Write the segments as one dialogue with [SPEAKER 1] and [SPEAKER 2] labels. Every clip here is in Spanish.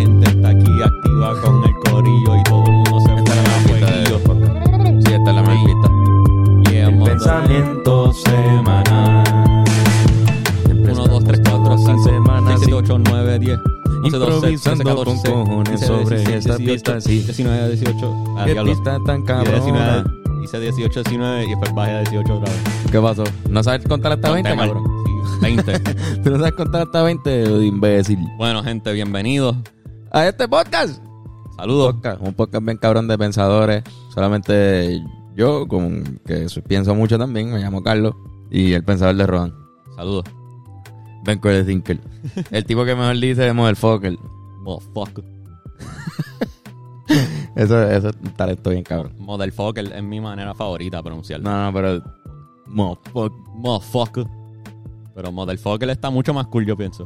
[SPEAKER 1] aquí activa con el corillo y todo el mundo se
[SPEAKER 2] Esta es
[SPEAKER 1] fue
[SPEAKER 2] la
[SPEAKER 1] a
[SPEAKER 2] mejor
[SPEAKER 1] jueguillo.
[SPEAKER 2] pista del podcast. Sí, esta es la mejor pista. Yeah,
[SPEAKER 1] El
[SPEAKER 2] montón.
[SPEAKER 1] pensamiento semanal.
[SPEAKER 2] 1, 2, 3, 4, 5, 6, 7, 8, 9, 10. 11, 12, 13,
[SPEAKER 1] Improvisando
[SPEAKER 2] 14,
[SPEAKER 1] con cojones
[SPEAKER 2] 15,
[SPEAKER 1] sobre
[SPEAKER 2] 16,
[SPEAKER 1] esta
[SPEAKER 2] 18,
[SPEAKER 1] pista, sí.
[SPEAKER 2] 19, 18. Ah,
[SPEAKER 1] Qué
[SPEAKER 2] diablo.
[SPEAKER 1] pista tan
[SPEAKER 2] Hice 19,
[SPEAKER 1] cabrona.
[SPEAKER 2] Hice 18, 19 y después bajé a 18 otra vez.
[SPEAKER 3] ¿Qué pasó? ¿No sabes contar hasta 20,
[SPEAKER 2] Conté mal.
[SPEAKER 3] cabrón?
[SPEAKER 2] Sí, 20.
[SPEAKER 3] ¿Tú no sabes contar hasta 20, imbécil?
[SPEAKER 2] Bueno, gente, bienvenidos.
[SPEAKER 3] ¡A este podcast!
[SPEAKER 2] Saludos.
[SPEAKER 3] Podcast, Un podcast bien cabrón de pensadores. Solamente yo, con que su- pienso mucho también, me llamo Carlos. Y el pensador de Rodan.
[SPEAKER 2] Saludos.
[SPEAKER 3] Ben Curtis Thinker. El tipo que mejor dice es Motherfucker.
[SPEAKER 2] Motherfucker.
[SPEAKER 3] Eso, eso es un talento bien cabrón.
[SPEAKER 2] Motherfucker es mi manera favorita de pronunciarlo.
[SPEAKER 3] No, no, pero... Motherfucker.
[SPEAKER 2] Motherfucker. Pero motherfucker está mucho más cool, yo pienso.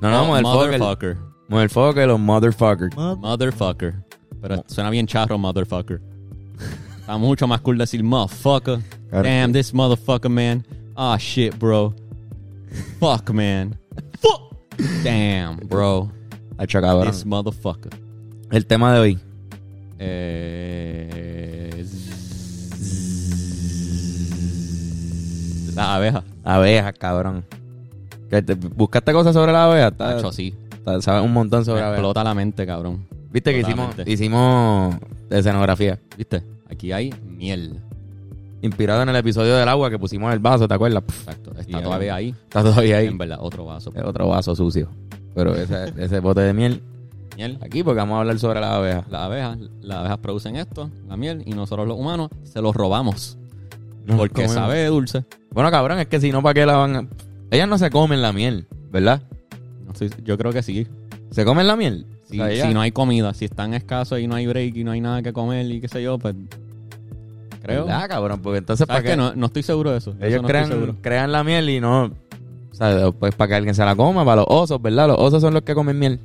[SPEAKER 3] No, no,
[SPEAKER 2] Mo-
[SPEAKER 3] Motherfucker.
[SPEAKER 2] Motherfucker.
[SPEAKER 3] Motherfucker o Motherfucker.
[SPEAKER 2] Motherfucker. Pero
[SPEAKER 3] Mo-
[SPEAKER 2] suena bien charro, motherfucker. Está mucho más cool decir motherfucker.
[SPEAKER 3] Claro.
[SPEAKER 2] Damn, this motherfucker, man. Ah, shit, bro. Fuck, man. Fuck. Damn, bro.
[SPEAKER 3] Hacho, cabrón.
[SPEAKER 2] This motherfucker.
[SPEAKER 3] El tema de hoy.
[SPEAKER 2] Eh... z- Las abejas.
[SPEAKER 3] Abejas, cabrón. Que te- ¿Buscaste cosas sobre la abeja? Está-
[SPEAKER 2] Tacho, sí.
[SPEAKER 3] está- sabes un montón
[SPEAKER 2] Me
[SPEAKER 3] sobre Ah, la abeja.
[SPEAKER 2] explota la mente, cabrón.
[SPEAKER 3] Viste que hicimos,
[SPEAKER 2] Totalmente.
[SPEAKER 3] hicimos escenografía.
[SPEAKER 2] ¿Viste? Aquí hay miel.
[SPEAKER 3] Inspirado en el episodio del agua que pusimos en el vaso, ¿te acuerdas? Pff,
[SPEAKER 2] Exacto.
[SPEAKER 3] Y
[SPEAKER 2] Está
[SPEAKER 3] ahí-
[SPEAKER 2] todavía ahí.
[SPEAKER 3] está todavía ahí.
[SPEAKER 2] En verdad, otro vaso.
[SPEAKER 3] Es otro vaso sucio. Pero ese, ese bote de miel.
[SPEAKER 2] Miel.
[SPEAKER 3] Aquí porque vamos a hablar sobre las abejas.
[SPEAKER 2] Las abejas, las abejas producen esto, la miel, y nosotros los humanos se los robamos.
[SPEAKER 3] No,
[SPEAKER 2] porque
[SPEAKER 3] comemos.
[SPEAKER 2] sabe de dulce.
[SPEAKER 3] Bueno, cabrón, es que si no, ¿para qué la van a...? Ellas no se comen la miel, ¿verdad?
[SPEAKER 2] No sé, yo creo que sí.
[SPEAKER 3] ¿Se comen la miel?
[SPEAKER 2] Si,
[SPEAKER 3] O sea, ellas-
[SPEAKER 2] si no hay comida, si están escasos y no hay break y no hay nada que comer y qué sé yo, pues. Creo.
[SPEAKER 3] ¿Verdad, cabrón? Porque entonces, ¿para
[SPEAKER 2] ¿Sabes
[SPEAKER 3] qué?
[SPEAKER 2] que no, no estoy seguro de eso. De
[SPEAKER 3] Ellos
[SPEAKER 2] eso no estoy
[SPEAKER 3] crean, crean la miel y no. O sea, después para que alguien se la coma, para los osos, ¿verdad? Los osos son los que comen miel.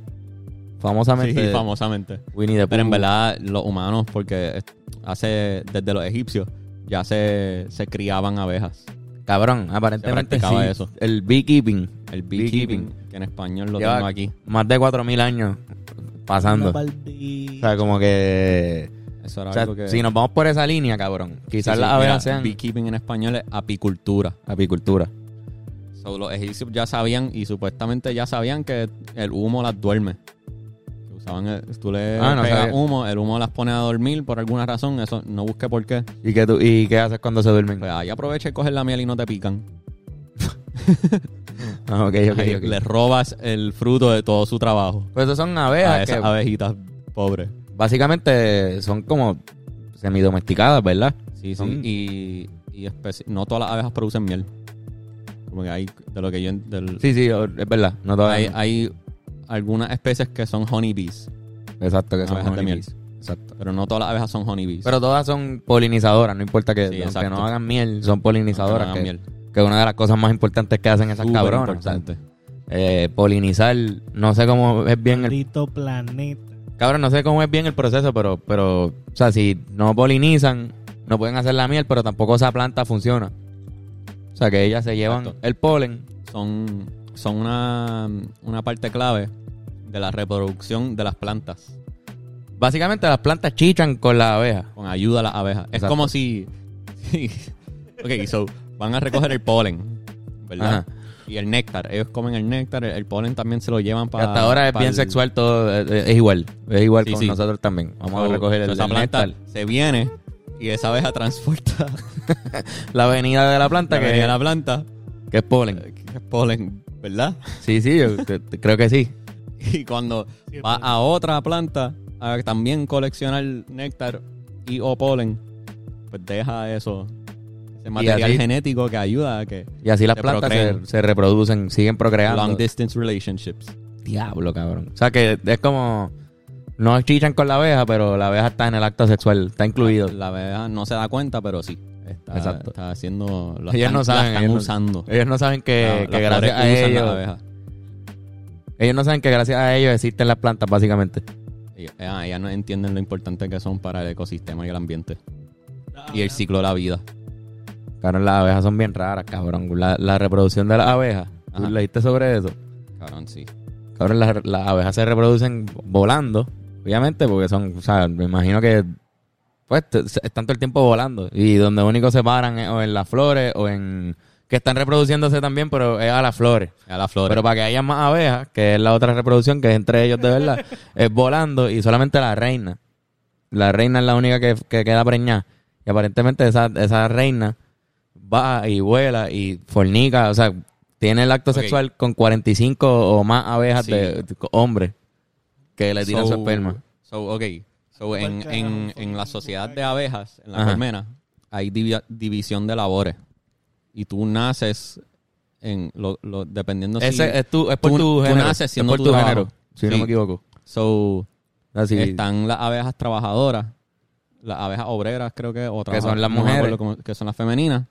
[SPEAKER 3] Famosamente.
[SPEAKER 2] seguro. Sí, famosamente.
[SPEAKER 3] Winnie the Pooh.
[SPEAKER 2] Pero en verdad, los humanos, porque es- hace desde los egipcios ya se, se criaban abejas.
[SPEAKER 3] Cabrón, aparentemente.
[SPEAKER 2] practicaba
[SPEAKER 3] sí.
[SPEAKER 2] eso.
[SPEAKER 3] El beekeeping.
[SPEAKER 2] El
[SPEAKER 3] Beekeeping.
[SPEAKER 2] beekeeping, que en español lo
[SPEAKER 3] Lleva
[SPEAKER 2] tengo aquí.
[SPEAKER 3] Más de 4.000 años pasando. O sea, como que.
[SPEAKER 2] Eso era
[SPEAKER 3] o sea,
[SPEAKER 2] algo que.
[SPEAKER 3] si nos vamos por esa línea, cabrón. Quizás
[SPEAKER 2] Sí, sí,
[SPEAKER 3] las
[SPEAKER 2] mira,
[SPEAKER 3] abejas sean.
[SPEAKER 2] Beekeeping en español es apicultura.
[SPEAKER 3] Apicultura.
[SPEAKER 2] So, los egipcios ya sabían y supuestamente ya sabían que el humo las duerme. Que Usaban el- tú le
[SPEAKER 3] Ah, no
[SPEAKER 2] pegas
[SPEAKER 3] sabía.
[SPEAKER 2] humo, el humo las pone a dormir por alguna razón. Eso no busque por qué.
[SPEAKER 3] ¿Y qué, tú- ¿Y qué haces cuando se duermen?
[SPEAKER 2] Pues ahí aprovecha y coges la miel y no te pican.
[SPEAKER 3] Ah, ok, ok,
[SPEAKER 2] Ahí
[SPEAKER 3] ok.
[SPEAKER 2] Le robas el fruto de todo su trabajo
[SPEAKER 3] Pues esas son
[SPEAKER 2] a
[SPEAKER 3] abejas
[SPEAKER 2] Ah, esas
[SPEAKER 3] que
[SPEAKER 2] abejitas pobres.
[SPEAKER 3] básicamente son como semidomesticadas, ¿verdad?
[SPEAKER 2] Sí, sí.
[SPEAKER 3] Son-
[SPEAKER 2] Y, y especi- no todas las abejas producen miel. Como que hay, de lo que yo. en- del-
[SPEAKER 3] Sí, sí, o- es verdad. No todas.
[SPEAKER 2] hay, hay algunas especies que son honeybees,
[SPEAKER 3] Exacto, que son
[SPEAKER 2] abejas de Ah, miel.
[SPEAKER 3] honeybees. Exacto.
[SPEAKER 2] Pero no todas las abejas son honeybees.
[SPEAKER 3] Pero todas son polinizadoras, no importa que
[SPEAKER 2] Sí,
[SPEAKER 3] aunque
[SPEAKER 2] exacto.
[SPEAKER 3] no hagan miel, son
[SPEAKER 2] Aunque
[SPEAKER 3] polinizadoras.
[SPEAKER 2] no hagan
[SPEAKER 3] que,
[SPEAKER 2] miel.
[SPEAKER 3] que una de las cosas más importantes que hacen esas
[SPEAKER 2] Súper
[SPEAKER 3] cabronas. o sea,
[SPEAKER 2] importante.
[SPEAKER 3] eh, polinizar, no sé cómo es bien el
[SPEAKER 4] Maldito planeta.
[SPEAKER 3] cabrón, no sé cómo es bien el proceso, pero, pero, o sea, si no polinizan, no pueden hacer la miel, pero tampoco esa planta funciona. O sea que ellas se llevan
[SPEAKER 2] Exacto.
[SPEAKER 3] el polen.
[SPEAKER 2] Son, son una, una parte clave de la reproducción de las plantas.
[SPEAKER 3] Básicamente las plantas chichan con las abejas.
[SPEAKER 2] Con ayuda a las abejas. Es
[SPEAKER 3] Exacto.
[SPEAKER 2] como si. sí. ok, so van a recoger el polen, ¿verdad?
[SPEAKER 3] Ajá.
[SPEAKER 2] Y el néctar. Ellos comen el néctar, el, el polen también se lo llevan
[SPEAKER 3] Que
[SPEAKER 2] para.
[SPEAKER 3] hasta ahora es
[SPEAKER 2] para
[SPEAKER 3] bien
[SPEAKER 2] el-
[SPEAKER 3] sexual todo, eh, eh, es igual, es igual
[SPEAKER 2] Sí,
[SPEAKER 3] con
[SPEAKER 2] sí.
[SPEAKER 3] nosotros también. Vamos
[SPEAKER 2] So,
[SPEAKER 3] a recoger el,
[SPEAKER 2] so esa
[SPEAKER 3] el
[SPEAKER 2] planta
[SPEAKER 3] néctar.
[SPEAKER 2] se viene y esa abeja transporta
[SPEAKER 3] La avenida de la planta
[SPEAKER 2] la
[SPEAKER 3] que,
[SPEAKER 2] venida de la planta,
[SPEAKER 3] que es polen.
[SPEAKER 2] eh, que es polen, ¿verdad?
[SPEAKER 3] Sí, sí, yo te- te- creo que sí.
[SPEAKER 2] Y cuando
[SPEAKER 4] Sí,
[SPEAKER 2] va
[SPEAKER 4] pero-
[SPEAKER 2] a otra planta a también coleccionar néctar y o polen, pues deja eso, ese material
[SPEAKER 3] así-
[SPEAKER 2] genético que ayuda a que
[SPEAKER 3] Y así las
[SPEAKER 2] Se
[SPEAKER 3] plantas se,
[SPEAKER 2] procrean.
[SPEAKER 3] se reproducen, siguen procreando.
[SPEAKER 2] long distance relationships.
[SPEAKER 3] Diablo, cabrón. O sea que es como no chichan con la abeja, pero la abeja está en el acto sexual, está incluido.
[SPEAKER 2] La abeja no se da cuenta, pero sí. Está,
[SPEAKER 3] Exacto.
[SPEAKER 2] está haciendo. Lo
[SPEAKER 3] Ellos
[SPEAKER 2] están,
[SPEAKER 3] no saben,
[SPEAKER 2] la están
[SPEAKER 3] ellos no-
[SPEAKER 2] usando.
[SPEAKER 3] Ellos no saben que,
[SPEAKER 2] La-
[SPEAKER 3] que
[SPEAKER 2] las flores
[SPEAKER 3] gracias a
[SPEAKER 2] usan la
[SPEAKER 3] ellos,
[SPEAKER 2] abeja.
[SPEAKER 3] ellos no saben que gracias a ellos existen las plantas básicamente.
[SPEAKER 2] Ellos- ah, ellas no entienden lo importante que son para el ecosistema y el ambiente. Y el
[SPEAKER 4] Ah,
[SPEAKER 2] ciclo de la vida.
[SPEAKER 3] Cabrón, las abejas son bien raras, cabrón. La, la reproducción de las abejas. ¿Tú
[SPEAKER 2] Ajá.
[SPEAKER 3] leíste sobre eso?
[SPEAKER 2] Cabrón, sí.
[SPEAKER 3] Cabrón, las, las abejas se reproducen volando Obviamente, porque son, o sea, me imagino que pues t- se- están todo el tiempo volando. Y donde único se paran es o en las flores o en. que están reproduciéndose también, pero es a las flores.
[SPEAKER 2] A las flores.
[SPEAKER 3] Pero para que haya más abejas, que es la otra reproducción que es entre ellos de verdad, es volando y solamente la reina. La reina es la única que, que queda preñada. Y aparentemente esa, esa reina va y vuela y fornica, o sea, tiene el acto
[SPEAKER 2] Ok.
[SPEAKER 3] sexual con 45 o más abejas
[SPEAKER 2] Sí.
[SPEAKER 3] de, de- hombres que le tiran
[SPEAKER 2] So-
[SPEAKER 3] su esperma.
[SPEAKER 2] So, ok. So, en, en, en la sociedad de abejas, en la
[SPEAKER 3] Ajá.
[SPEAKER 2] colmena, hay divi- división de labores. Y tú naces en lo, lo- dependiendo
[SPEAKER 3] Ese
[SPEAKER 2] si...
[SPEAKER 3] es, tu, es por
[SPEAKER 2] Tú-
[SPEAKER 3] tu,
[SPEAKER 2] tú
[SPEAKER 3] género.
[SPEAKER 2] naces
[SPEAKER 3] es
[SPEAKER 2] siendo
[SPEAKER 3] por
[SPEAKER 2] tu
[SPEAKER 3] tu,
[SPEAKER 2] trabajo.
[SPEAKER 3] género, si no
[SPEAKER 2] Sí.
[SPEAKER 3] me equivoco. Ah,
[SPEAKER 2] So,
[SPEAKER 3] Así,
[SPEAKER 2] están las abejas trabajadoras, las abejas obreras, creo que, o trabaja-
[SPEAKER 3] son las
[SPEAKER 2] no me acuerdo
[SPEAKER 3] mujeres.
[SPEAKER 2] cómo- que son las femeninas,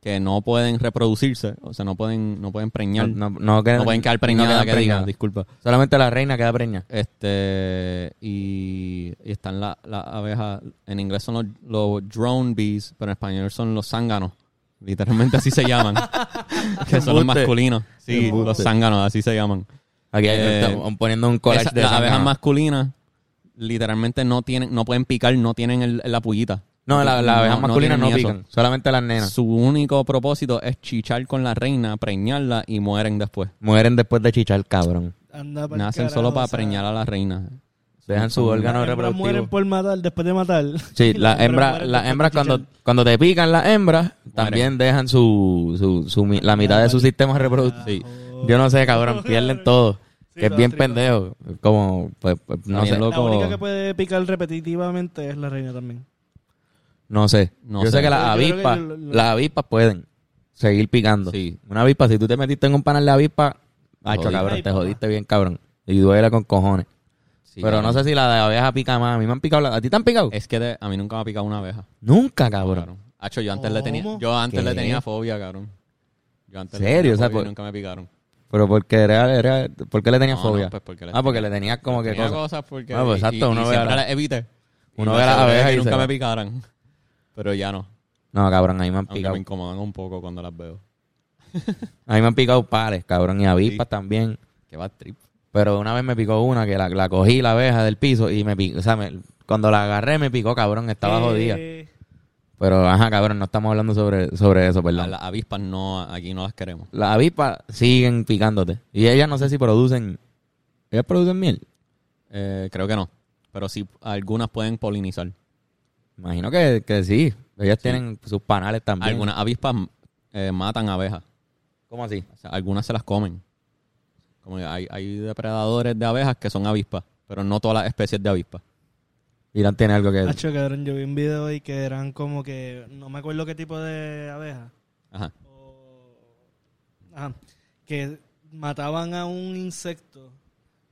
[SPEAKER 2] que no pueden reproducirse, o sea, no pueden, no pueden
[SPEAKER 3] no,
[SPEAKER 2] preñar, no,
[SPEAKER 3] no, no quedan-
[SPEAKER 2] pueden quedar
[SPEAKER 3] no
[SPEAKER 2] preñadas,
[SPEAKER 3] quedan
[SPEAKER 2] que digan,
[SPEAKER 3] preñadas.
[SPEAKER 2] disculpa.
[SPEAKER 3] Solamente la reina queda preñada.
[SPEAKER 2] Este, y, y están la- las abejas, en inglés son los, los drone bees, pero en español son los zánganos. Literalmente así se llaman. que son los
[SPEAKER 3] Embuste.
[SPEAKER 2] masculinos. Sí,
[SPEAKER 3] Embuste.
[SPEAKER 2] los zánganos, así se llaman.
[SPEAKER 3] Aquí hay-
[SPEAKER 2] Eh,
[SPEAKER 3] estamos poniendo un collage
[SPEAKER 2] Esa-
[SPEAKER 3] de
[SPEAKER 2] las
[SPEAKER 3] esa-
[SPEAKER 2] abejas
[SPEAKER 3] no.
[SPEAKER 2] masculinas literalmente no tienen, no pueden picar, no tienen el- la pullita.
[SPEAKER 3] No, la- las abejas masculinas
[SPEAKER 2] tienen
[SPEAKER 3] no,
[SPEAKER 2] ni eso.
[SPEAKER 3] pican. Solamente las nenas.
[SPEAKER 2] Su único propósito es chichar con la reina, preñarla y mueren después.
[SPEAKER 3] Mueren después de chichar, cabrón.
[SPEAKER 4] Anda pa'l
[SPEAKER 2] Nacen
[SPEAKER 4] carajo,
[SPEAKER 2] solo para
[SPEAKER 4] o sea,
[SPEAKER 2] preñar a la reina.
[SPEAKER 3] Dejan su
[SPEAKER 4] las
[SPEAKER 3] órgano
[SPEAKER 4] hembras mueren
[SPEAKER 3] reproductivo.
[SPEAKER 4] por matar, después de matar.
[SPEAKER 3] Sí,
[SPEAKER 4] Y las
[SPEAKER 3] las hembras,
[SPEAKER 4] mueren
[SPEAKER 3] las
[SPEAKER 4] después
[SPEAKER 3] hembras
[SPEAKER 4] de chichar.
[SPEAKER 3] cuando, cuando te pican las hembras, también dejan su, su, su mi- la mitad de su sistema reproductivo. Sí. Yo no sé, cabrón, pierden todo.
[SPEAKER 4] Sí,
[SPEAKER 3] que es
[SPEAKER 4] lo
[SPEAKER 3] bien
[SPEAKER 4] tripa.
[SPEAKER 3] pendejo. Como, pues, pues, no
[SPEAKER 2] Está
[SPEAKER 3] sé.
[SPEAKER 2] bien
[SPEAKER 4] La
[SPEAKER 2] loco.
[SPEAKER 4] única que puede picar repetitivamente es la reina también.
[SPEAKER 3] No sé.
[SPEAKER 2] No
[SPEAKER 3] yo sé,
[SPEAKER 2] sé.
[SPEAKER 3] que las
[SPEAKER 4] Yo creo que
[SPEAKER 3] avispas,
[SPEAKER 4] lo- lo-
[SPEAKER 3] las avispas pueden seguir picando.
[SPEAKER 2] Sí.
[SPEAKER 3] Una avispa, si tú te metiste en un panel de avispa, macho,
[SPEAKER 2] jodiste.
[SPEAKER 3] cabrón,
[SPEAKER 4] Ay,
[SPEAKER 3] te
[SPEAKER 4] papá.
[SPEAKER 3] jodiste bien, cabrón. Y duele con cojones.
[SPEAKER 2] Sí,
[SPEAKER 3] Pero no
[SPEAKER 2] cabrón.
[SPEAKER 3] sé si la de abeja pica más. A mí me han picado. la- ¿A ti te han picado?
[SPEAKER 2] Es que de- a mí nunca me ha picado una abeja.
[SPEAKER 3] Nunca, cabrón.
[SPEAKER 2] Cabrón. Hacho, yo antes le tenía,
[SPEAKER 4] ¿Cómo?
[SPEAKER 2] yo antes le
[SPEAKER 3] ¿Qué?
[SPEAKER 2] tenía fobia, cabrón. Yo antes le
[SPEAKER 3] ¿Serio?
[SPEAKER 2] tenía
[SPEAKER 3] O sea,
[SPEAKER 2] fobia y
[SPEAKER 3] por-
[SPEAKER 2] nunca me picaron.
[SPEAKER 3] Pero porque era, era, ¿por qué le tenías
[SPEAKER 2] No,
[SPEAKER 3] fobia?
[SPEAKER 2] no, pues, porque le
[SPEAKER 3] ah, porque le tenías como que
[SPEAKER 2] Tenía
[SPEAKER 3] cosas.
[SPEAKER 2] cosas porque
[SPEAKER 3] Ah, pues,
[SPEAKER 2] y-
[SPEAKER 3] exacto,
[SPEAKER 2] y-
[SPEAKER 3] uno
[SPEAKER 2] y
[SPEAKER 3] ve
[SPEAKER 2] siempre
[SPEAKER 3] la-
[SPEAKER 2] las evité.
[SPEAKER 3] uno
[SPEAKER 2] Y
[SPEAKER 3] ve
[SPEAKER 2] me
[SPEAKER 3] las
[SPEAKER 2] aseguré
[SPEAKER 3] abejas
[SPEAKER 2] que
[SPEAKER 3] y se
[SPEAKER 2] nunca
[SPEAKER 3] va.
[SPEAKER 2] me picaran. Pero ya no,
[SPEAKER 3] No, cabrón, ahí me han
[SPEAKER 2] aunque
[SPEAKER 3] picado.
[SPEAKER 2] me incomodan un poco cuando las veo.
[SPEAKER 3] A mí me han picado pares, cabrón, y avispas también.
[SPEAKER 2] Qué va trip.
[SPEAKER 3] Pero una vez me picó una que la, la cogí la abeja del piso y me picó. O sea, me- cuando la agarré me picó, cabrón, estaba
[SPEAKER 4] Eh,
[SPEAKER 3] jodida. Pero, ajá, cabrón, no estamos hablando sobre, sobre eso,
[SPEAKER 2] A
[SPEAKER 3] ¿verdad?
[SPEAKER 2] las avispas no, aquí no las queremos.
[SPEAKER 3] Las avispas siguen picándote. Y ellas no sé si producen. ¿Ellas producen miel?
[SPEAKER 2] Eh, creo que no. Pero sí, algunas pueden polinizar.
[SPEAKER 3] Imagino que, que sí. Ellas tienen sus panales también.
[SPEAKER 2] Algunas avispas eh, matan abejas.
[SPEAKER 3] ¿Cómo así?
[SPEAKER 2] O sea, algunas se las comen. Como que hay, hay depredadores de abejas que son avispas, pero no todas las especies de avispas.
[SPEAKER 3] Irán tiene algo que.
[SPEAKER 4] Hacho, cabrón, yo vi un video hoy que eran como que. No me acuerdo qué tipo de abeja.
[SPEAKER 2] Ajá.
[SPEAKER 4] o- ajá, que mataban a un insecto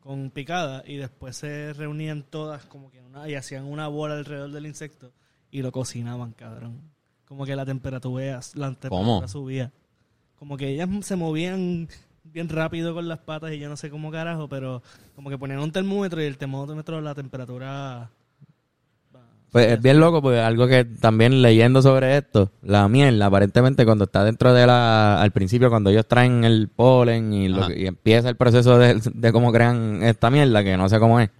[SPEAKER 4] con picada y después se reunían todas como que en una, y hacían una bola alrededor del insecto y lo cocinaban, cabrón. Como que la temperatura, la temperatura
[SPEAKER 2] ¿Cómo?
[SPEAKER 4] subía. Como que ellas se movían bien rápido con las patas y yo no sé cómo carajo, pero como que ponían un termómetro y el termómetro la temperatura...
[SPEAKER 3] Pues es bien loco, porque algo que también leyendo sobre esto, la miel, aparentemente cuando está dentro de la. Al principio, cuando ellos traen el polen y, lo
[SPEAKER 2] Ajá.
[SPEAKER 3] que- y empieza el proceso de, de cómo crean esta mierda, que no sé cómo es.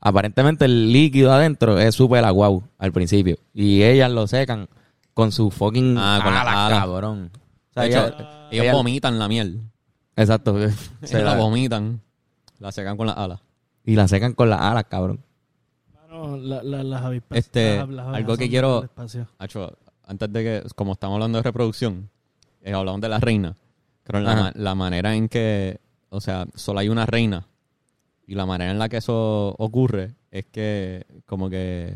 [SPEAKER 3] Aparentemente el líquido adentro es súper aguau al principio. Y ellas lo secan con su fucking.
[SPEAKER 2] Ah, con las
[SPEAKER 3] alas,
[SPEAKER 2] alas.
[SPEAKER 3] cabrón. O sea,
[SPEAKER 2] De hecho,
[SPEAKER 3] ellas-
[SPEAKER 2] ellos
[SPEAKER 3] ellas-
[SPEAKER 2] vomitan la miel.
[SPEAKER 3] Exacto. Se
[SPEAKER 2] Se la
[SPEAKER 3] la-
[SPEAKER 2] vomitan. La secan con las alas.
[SPEAKER 3] y la secan con las alas, cabrón.
[SPEAKER 4] Mano, la- la- las avispas-
[SPEAKER 2] Este,
[SPEAKER 4] las- las abejas
[SPEAKER 2] algo que
[SPEAKER 4] son
[SPEAKER 2] quiero-
[SPEAKER 4] del espacio.
[SPEAKER 2] Acho, antes de que, como estamos hablando de reproducción, eh, hablamos de la reina. Pero la,
[SPEAKER 3] Ajá.
[SPEAKER 2] ma- la manera en que, o sea, solo hay una reina. Y la manera en la que eso ocurre es que, como que,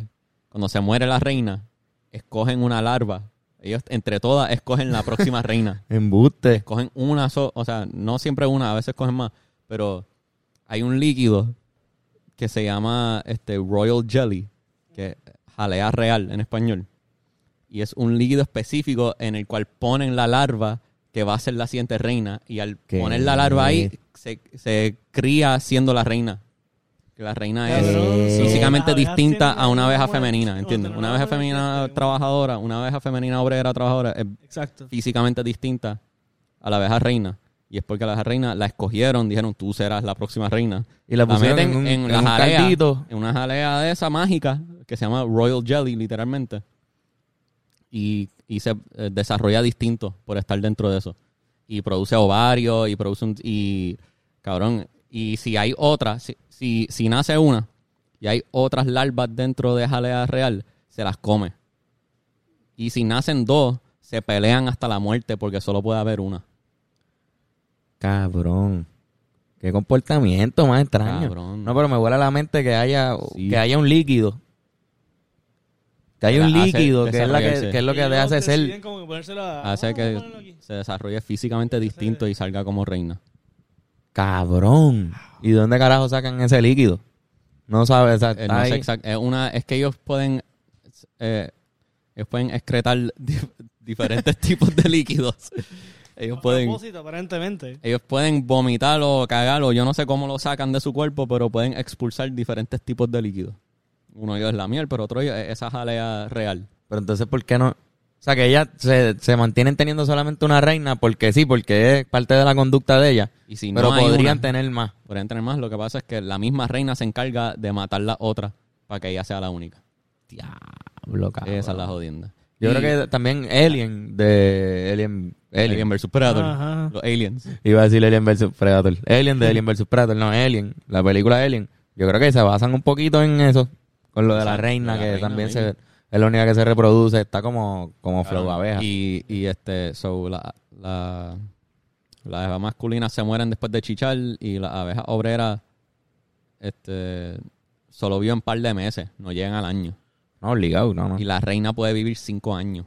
[SPEAKER 2] cuando se muere la reina, escogen una larva. Ellos, entre todas, escogen la próxima reina.
[SPEAKER 3] Embuste.
[SPEAKER 2] Cogen una sola, o sea, no siempre una, a veces cogen más. Pero hay un líquido que se llama este Royal Jelly, que jalea real en español. Y es un líquido específico en el cual ponen la larva que va a ser la siguiente reina. Y al
[SPEAKER 3] ¿Qué?
[SPEAKER 2] poner la larva ahí, se, se cría siendo la reina. Que la reina es
[SPEAKER 4] Cabrón,
[SPEAKER 3] Eh.
[SPEAKER 4] sí,
[SPEAKER 2] físicamente
[SPEAKER 4] las abejas
[SPEAKER 2] distinta
[SPEAKER 4] tienen
[SPEAKER 2] a una
[SPEAKER 4] la
[SPEAKER 2] abeja
[SPEAKER 4] misma-
[SPEAKER 2] femenina,
[SPEAKER 4] no,
[SPEAKER 2] ¿entiendes?
[SPEAKER 4] tienen
[SPEAKER 2] Una
[SPEAKER 4] la
[SPEAKER 2] abeja
[SPEAKER 4] misma
[SPEAKER 2] femenina
[SPEAKER 4] diferencia.
[SPEAKER 2] trabajadora, una abeja femenina obrera trabajadora es
[SPEAKER 4] Exacto.
[SPEAKER 2] físicamente distinta a la abeja reina. Y es porque la reina la escogieron, dijeron, tú serás la próxima reina.
[SPEAKER 3] Y la pusieron
[SPEAKER 2] meten
[SPEAKER 3] en un, en
[SPEAKER 2] la
[SPEAKER 3] un
[SPEAKER 2] jalea,
[SPEAKER 3] caldito.
[SPEAKER 2] en una jalea de esa mágica que se llama Royal Jelly, literalmente. Y, y se eh, desarrolla distinto por estar dentro de eso. Y produce ovarios y produce un... Y, cabrón, y si hay otra, si, si, si nace una y hay otras larvas dentro de jalea real, se las come. Y si nacen dos, se pelean hasta la muerte porque solo puede haber una.
[SPEAKER 3] Cabrón. Qué comportamiento más extraño.
[SPEAKER 2] Cabrón.
[SPEAKER 3] No, pero me vuela la mente que haya,
[SPEAKER 2] Sí.
[SPEAKER 3] que haya un líquido. Que haya
[SPEAKER 2] Que
[SPEAKER 3] un
[SPEAKER 2] la hace
[SPEAKER 3] líquido, que es, la que,
[SPEAKER 2] desarrollarse.
[SPEAKER 3] que es lo que
[SPEAKER 4] Ellos
[SPEAKER 3] te hace
[SPEAKER 4] deciden
[SPEAKER 3] ser.
[SPEAKER 4] como que ponérselo a-
[SPEAKER 2] hace
[SPEAKER 4] vamos a
[SPEAKER 2] que
[SPEAKER 4] ponerlo aquí.
[SPEAKER 2] se desarrolle físicamente distinto y salga como reina.
[SPEAKER 3] Cabrón. ¿Y dónde carajo sacan ese líquido? No sabes. o sea,
[SPEAKER 2] Eh,
[SPEAKER 3] está
[SPEAKER 2] no es,
[SPEAKER 3] ahí.
[SPEAKER 2] exact- es una, es que ellos pueden, eh, ellos pueden excretar di- diferentes tipos de líquidos. Ellos
[SPEAKER 4] A
[SPEAKER 2] pueden,
[SPEAKER 4] propósito, aparentemente.
[SPEAKER 2] ellos pueden vomitar o cagar o yo no sé cómo lo sacan de su cuerpo, pero pueden expulsar diferentes tipos de líquidos. Uno de ellos es la miel, pero otro de ellos es esa jalea real.
[SPEAKER 3] Pero entonces, ¿por qué no? O sea, que ellas se, se mantienen teniendo solamente una reina porque sí, porque es parte de la conducta de ella.
[SPEAKER 2] Y si
[SPEAKER 3] pero
[SPEAKER 2] no hay
[SPEAKER 3] podrían
[SPEAKER 2] una-
[SPEAKER 3] tener más.
[SPEAKER 2] Por entre más, lo que pasa es que la misma reina se encarga de matar la otra para que ella sea la única.
[SPEAKER 3] Diablo, cabrón.
[SPEAKER 2] Esa es la jodienda.
[SPEAKER 3] Yo
[SPEAKER 2] Y
[SPEAKER 3] creo que también Alien de Alien. Alien.
[SPEAKER 2] Alien vs Predator.
[SPEAKER 4] Ajá.
[SPEAKER 2] Los aliens.
[SPEAKER 3] Iba a decir Alien vs Predator. Alien de Alien vs Predator, no Alien. La película Alien. Yo creo que se basan un poquito en eso. Con lo de la
[SPEAKER 2] Exacto,
[SPEAKER 3] reina,
[SPEAKER 2] la
[SPEAKER 3] que
[SPEAKER 2] reina
[SPEAKER 3] también se,
[SPEAKER 2] misma.
[SPEAKER 3] es la única que se reproduce. Está como, como flow abeja.
[SPEAKER 2] Y, y este, so, la, la, las abejas masculinas se mueren después de chichar y las abejas obreras este, solo viven un par de meses, no llegan al año.
[SPEAKER 3] No, obligado, no, no.
[SPEAKER 2] Y la reina puede vivir cinco años.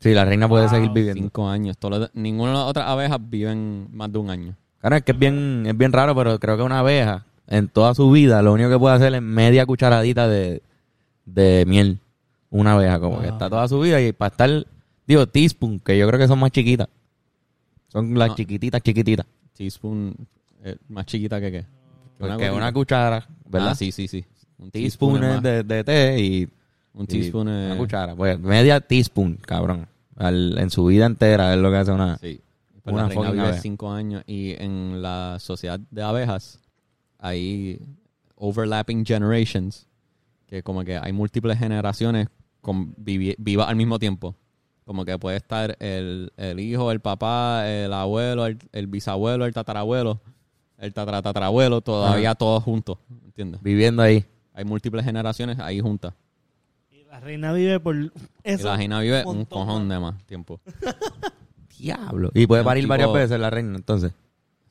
[SPEAKER 3] Sí, la reina puede seguir viviendo.
[SPEAKER 2] Cinco años. Todo lo- ninguna de las otras abejas viven más de un año.
[SPEAKER 3] Claro, es que es bien, es bien raro, pero creo que una abeja en toda su vida lo único que puede hacer es media cucharadita de, de miel. Una abeja, como que
[SPEAKER 4] Ah.
[SPEAKER 3] está toda su vida y para estar, digo, teaspoon, que yo creo que son más chiquitas. Son las
[SPEAKER 2] No.
[SPEAKER 3] chiquititas, chiquititas.
[SPEAKER 2] Teaspoon eh, más chiquita que qué. Que
[SPEAKER 3] Porque
[SPEAKER 2] gotita.
[SPEAKER 3] una cuchara, ¿verdad?
[SPEAKER 2] Ah, sí, sí, sí. Un
[SPEAKER 3] teaspoon
[SPEAKER 2] es
[SPEAKER 3] es
[SPEAKER 2] más-
[SPEAKER 3] de, de té y,
[SPEAKER 2] Un
[SPEAKER 3] y
[SPEAKER 2] teaspoon es...
[SPEAKER 3] una cuchara. Pues media teaspoon, cabrón. Al- en su vida entera es lo que hace una...
[SPEAKER 2] Sí.
[SPEAKER 3] Una
[SPEAKER 2] la reina
[SPEAKER 3] fucking
[SPEAKER 2] vive
[SPEAKER 3] abeja.
[SPEAKER 2] cinco años y en la sociedad de abejas hay overlapping generations, que como que hay múltiples generaciones con- vivi- vivas al mismo tiempo. Como que puede estar el, el hijo, el papá, el abuelo, el, el bisabuelo, el tatarabuelo, el tataratatarabuelo, todavía todos juntos, ¿entiendes?
[SPEAKER 3] Viviendo ahí.
[SPEAKER 2] Hay múltiples generaciones ahí juntas.
[SPEAKER 4] Y la reina vive por
[SPEAKER 2] Y
[SPEAKER 4] eso.
[SPEAKER 2] la reina vive un
[SPEAKER 4] montón,
[SPEAKER 2] cojón de más tiempo.
[SPEAKER 3] Diablo. Y puede
[SPEAKER 2] Un
[SPEAKER 3] parir
[SPEAKER 2] tipo-
[SPEAKER 3] varias veces la reina, entonces.